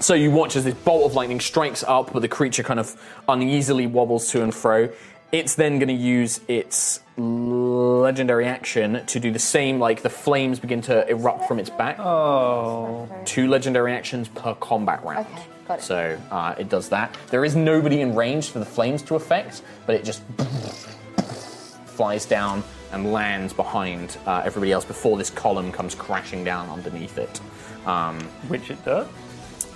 Speaker 4: So you watch as this bolt of lightning strikes up, but the creature kind of uneasily wobbles to and fro. It's then going to use its legendary action to do the same, like the flames begin to erupt from its back. Two legendary actions per combat round.
Speaker 5: Oh. Okay, got it.
Speaker 4: So uh, it does that. There is nobody in range for the flames to affect, but it just flies down and lands behind uh, everybody else before this column comes crashing down underneath it. Um,
Speaker 1: Which it does.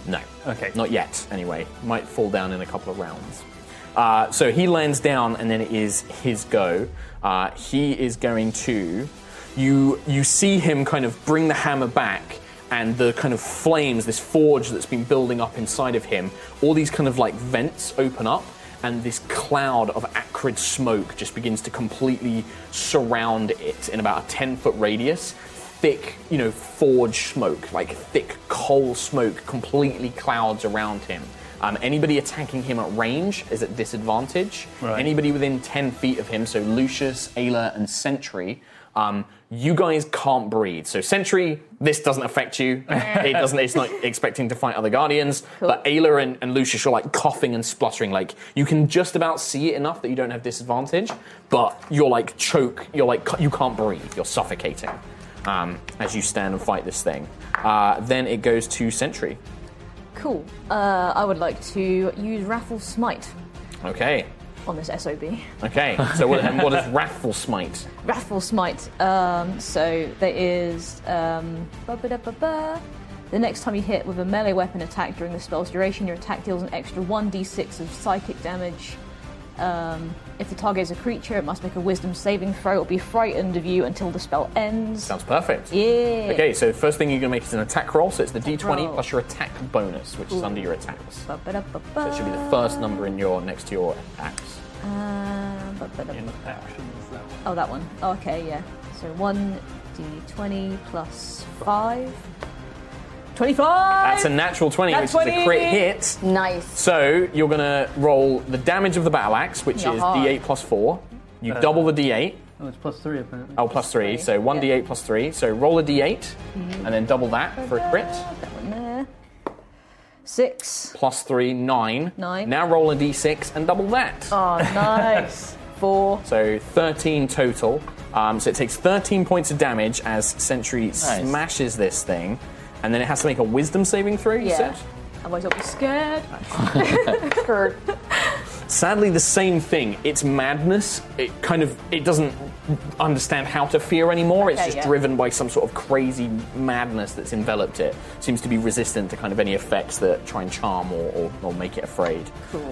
Speaker 4: no.
Speaker 1: Okay.
Speaker 4: Not yet, anyway. Might fall down in a couple of rounds. Uh, so he lands down, and then it is his go. Uh, he is going to. You you see him kind of bring the hammer back, and the kind of flames, this forge that's been building up inside of him. All these kind of like vents open up, and this cloud of acrid smoke just begins to completely surround it in about a ten foot radius thick, you know, forge smoke, like thick coal smoke, completely clouds around him. Um, anybody attacking him at range is at disadvantage.
Speaker 1: Right.
Speaker 4: Anybody within 10 feet of him, so Lucius, Ayla, and Sentry, Um, you guys can't breathe. So Sentry, this doesn't affect you. it doesn't. It's not expecting to fight other guardians. But Ayla and, and Lucius are like coughing and spluttering. Like you can just about see it enough that you don't have disadvantage. But you're like choke. You're like you can't breathe. You're suffocating um, as you stand and fight this thing. Uh, then it goes to Sentry.
Speaker 3: Cool. Uh, I would like to use Raffle Smite
Speaker 4: Okay.
Speaker 3: on this SOB.
Speaker 4: Okay. So what,
Speaker 3: [LAUGHS]
Speaker 4: and what is Wrathful Smite?
Speaker 3: Raffle Smite. Um, so there is. Um, ba-ba-da-ba-ba. the next time you hit with a melee weapon attack during the spell's duration, your attack deals an extra 1d6 of psychic damage. Um, if the target is a creature, it must make a wisdom saving throw or be frightened of you until the spell ends.
Speaker 4: Sounds perfect.
Speaker 3: Yeah.
Speaker 4: Okay, so first thing you're gonna make is an attack roll. So it's the D20
Speaker 3: roll.
Speaker 4: plus your attack bonus, which is under your attacks. So
Speaker 3: Ba-ba-da-ba-ba.
Speaker 4: it should be the first number in your next to your axe.
Speaker 3: Um, ba-ba-da-ba-ba.
Speaker 1: In actions, that one.
Speaker 3: Oh, that one. Oh, okay, yeah. So 1d20 plus 5. 25!
Speaker 4: That's a natural 20,
Speaker 3: That's
Speaker 4: which is a crit
Speaker 3: 20.
Speaker 4: hit.
Speaker 5: Nice.
Speaker 4: So you're gonna roll the damage of the battle axe, which is
Speaker 3: Yeah.
Speaker 4: D8 plus four. You double the D8.
Speaker 1: Oh, it's plus three apparently.
Speaker 4: Oh, plus three. So one D8 plus three. So roll a D8, and then double that for a crit.
Speaker 3: That one there. 6.
Speaker 4: plus three, nine.
Speaker 3: Nine.
Speaker 4: Now roll a d6 and double that.
Speaker 3: Oh, [LAUGHS] nice. 4.
Speaker 4: So 13 total. Um, so it takes 13 points of damage as Sentry smashes this thing. And then it has to make a wisdom saving throw, you
Speaker 3: Yeah.
Speaker 4: said?
Speaker 3: Otherwise, I'll be
Speaker 4: [LAUGHS]
Speaker 3: scared. [LAUGHS] Oh,
Speaker 4: Sadly, the same thing. It's madness. It kind of it doesn't understand how to fear anymore. it's
Speaker 3: Okay,
Speaker 4: just
Speaker 3: yeah.
Speaker 4: driven by some sort of crazy madness that's enveloped it. Seems to be resistant to kind of any effects that try and charm or, or, or make it afraid.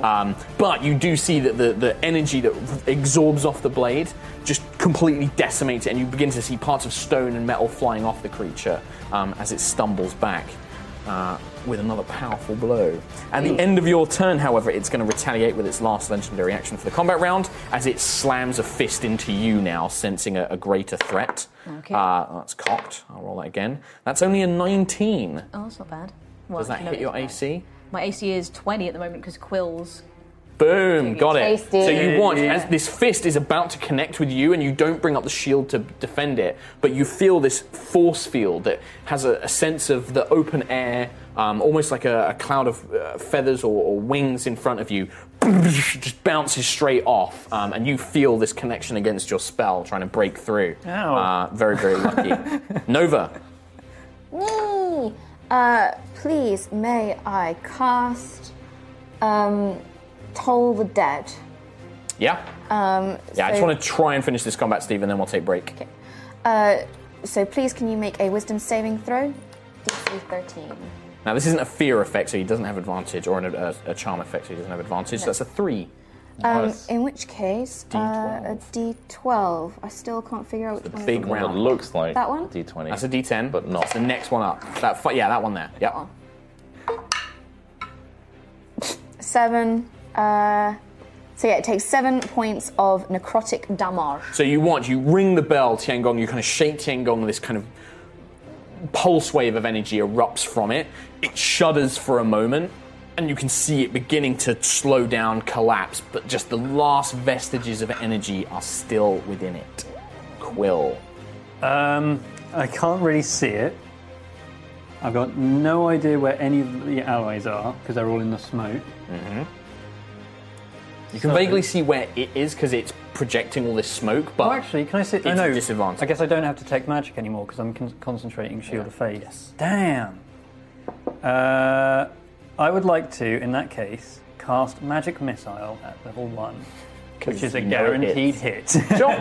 Speaker 4: Um, but you do see that the, the energy that absorbs off the blade just completely decimates it, and you begin to see parts of stone and metal flying off the creature um, as it stumbles back uh, with another powerful blow. At
Speaker 3: Hmm.
Speaker 4: the end of your turn, however, it's going to retaliate with its last legendary action for the combat round as it slams a fist into you now, sensing a, a greater threat.
Speaker 3: Okay.
Speaker 4: Uh, that's cocked. I'll roll that again. That's only a 19.
Speaker 3: Oh, that's not bad. Well,
Speaker 4: Does that
Speaker 3: actually, no,
Speaker 4: hit
Speaker 3: it
Speaker 4: your
Speaker 3: is bad.
Speaker 4: AC?
Speaker 3: My AC is 20 at the moment because Quills.
Speaker 4: Boom, got it.
Speaker 5: Tasty.
Speaker 4: So you watch as this fist is about to connect with you, and you don't bring up the shield to defend it, but you feel this force field that has a, a sense of the open air, um, almost like a, a cloud of uh, feathers or, or wings in front of you, [LAUGHS] just bounces straight off, um, and you feel this connection against your spell trying to break through.
Speaker 1: Ow.
Speaker 4: Uh, very, very lucky. Nova,
Speaker 5: Me. Uh, please, may I cast um, Toll the Dead?
Speaker 4: yeah?
Speaker 5: Um,
Speaker 4: Yeah, I just
Speaker 5: so-
Speaker 4: want to try and finish this combat, Steve, and then we'll take break.
Speaker 5: Uh, so please, can you make a Wisdom saving throw? DC 13.
Speaker 4: Now, this isn't a fear effect, so he doesn't have advantage, or an, a, a charm effect, so he doesn't have advantage. So that's a three.
Speaker 5: Um, in which case, Uh, a
Speaker 4: D12.
Speaker 5: D12. I still can't figure out which
Speaker 4: The
Speaker 5: one. it
Speaker 4: big
Speaker 5: is.
Speaker 9: It
Speaker 4: round.
Speaker 9: looks like
Speaker 5: That one?
Speaker 9: D20.
Speaker 4: That's a D10,
Speaker 9: But not.
Speaker 4: That's the next one up. That fi- yeah, that one there. Yep.
Speaker 5: Seven. Uh, so yeah, it takes seven points of necrotic damage.
Speaker 4: So you watch, you ring the bell, Tiangong, you kind of shake Tiangong, and this kind of pulse wave of energy erupts from it. It shudders for a moment, and you can see it beginning to slow down, collapse, but just the last vestiges of energy are still within it. Quill.
Speaker 1: Um, I can't really see it. I've got no idea where any of the allies are because they're all in the smoke.
Speaker 4: You can
Speaker 1: So-
Speaker 4: vaguely see where it is because it's projecting all this smoke, but
Speaker 1: Oh, actually, can I sit? I
Speaker 4: It's a
Speaker 1: know.
Speaker 4: disadvantage.
Speaker 1: I guess I don't have to take magic anymore because I'm con- concentrating Shield of Faith.
Speaker 4: Yes.
Speaker 1: Damn. Uh, I would like to, in that case, cast Magic Missile at level one, which is a
Speaker 4: you know it
Speaker 1: guaranteed
Speaker 4: hits. [LAUGHS]
Speaker 1: hit.
Speaker 4: Sure.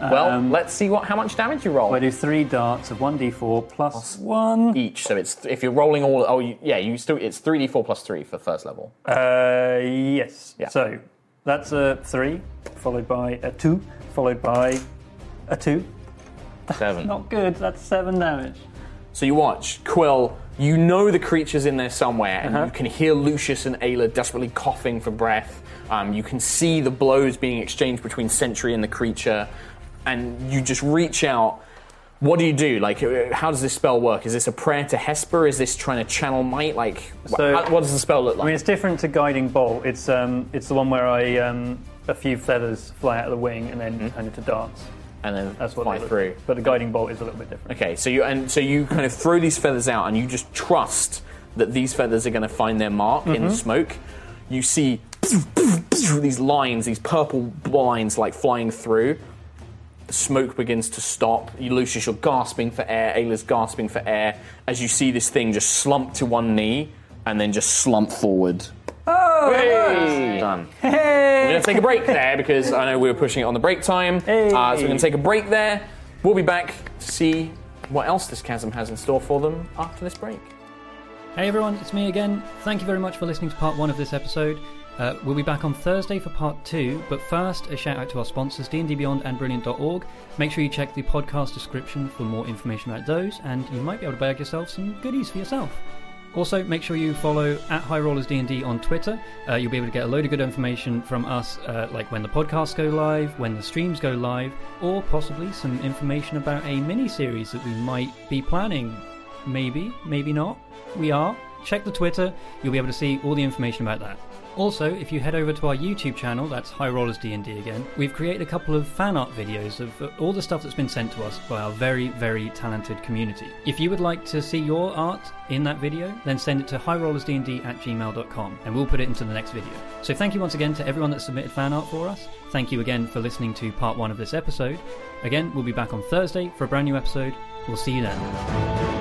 Speaker 4: well, let's see what how much damage you roll
Speaker 1: I do three darts of 1d4 plus, plus one.
Speaker 4: each. So it's if you're rolling all. Oh, you, yeah, you still it's three d four plus three for first level.
Speaker 1: Uh, yes.
Speaker 4: Yeah.
Speaker 1: So that's a three, followed by a two, followed by a two.
Speaker 9: Seven.
Speaker 1: Not good. That's seven damage.
Speaker 4: So you watch Quill. You know the creature's in there somewhere,
Speaker 1: Uh-huh.
Speaker 4: and you can hear Lucius and Ayla desperately coughing for breath. Um, you can see the blows being exchanged between Sentry and the creature, and you just reach out. What do you do? Like, uh, how does this spell work? Is this a prayer to Hesper? Is this trying to channel might? Like, wh-
Speaker 1: So-
Speaker 4: how- what does the spell look like?
Speaker 1: I mean, it's different to guiding bolt. It's um, it's the one where I um, a few feathers fly out of the wing and then turn into darts.
Speaker 4: and then
Speaker 1: That's what
Speaker 4: fly
Speaker 1: they look-
Speaker 4: through.
Speaker 1: But the guiding bolt is a little bit different.
Speaker 4: Okay, so you and so you kind of throw these feathers out, and you just trust that these feathers are going to find their mark in the smoke. You see these lines, these purple lines, like flying through. The smoke begins to stop. You, Lucius, you're gasping for air. Ayla's gasping for air as you see this thing just slump to one knee and then just slump forward. Oh, done. We're going to take a break there because I know we were pushing it on the break time. Uh, so we're going to take a break there. We'll be back to see what else this chasm has in store for them after this break.
Speaker 2: Hey everyone, it's me again. Thank you very much for listening to part one of this episode. Uh, we'll be back on Thursday for part two, but first, a shout out to our sponsors, D&D Beyond and Brilliant.org. Make sure you check the podcast description for more information about those, and you might be able to bag yourself some goodies for yourself. Also, make sure you follow at High Rollers D&D on Twitter. Uh, you'll be able to get a load of good information from us, uh, like when the podcasts go live, when the streams go live, or possibly some information about a mini-series that we might be planning Maybe, maybe not. We are. Check the Twitter, you'll be able to see all the information about that. Also, if you head over to our YouTube channel, that's High Rollers D&D again, we've created a couple of fan art videos of uh, all the stuff that's been sent to us by our very, very talented community. If you would like to see your art in that video, then send it to highrollersdnd at gmail.com and we'll put it into the next video. So thank you once again to everyone that submitted fan art for us. Thank you again for listening to part one of this episode. Again, we'll be back on Thursday for a brand new episode. We'll see you then.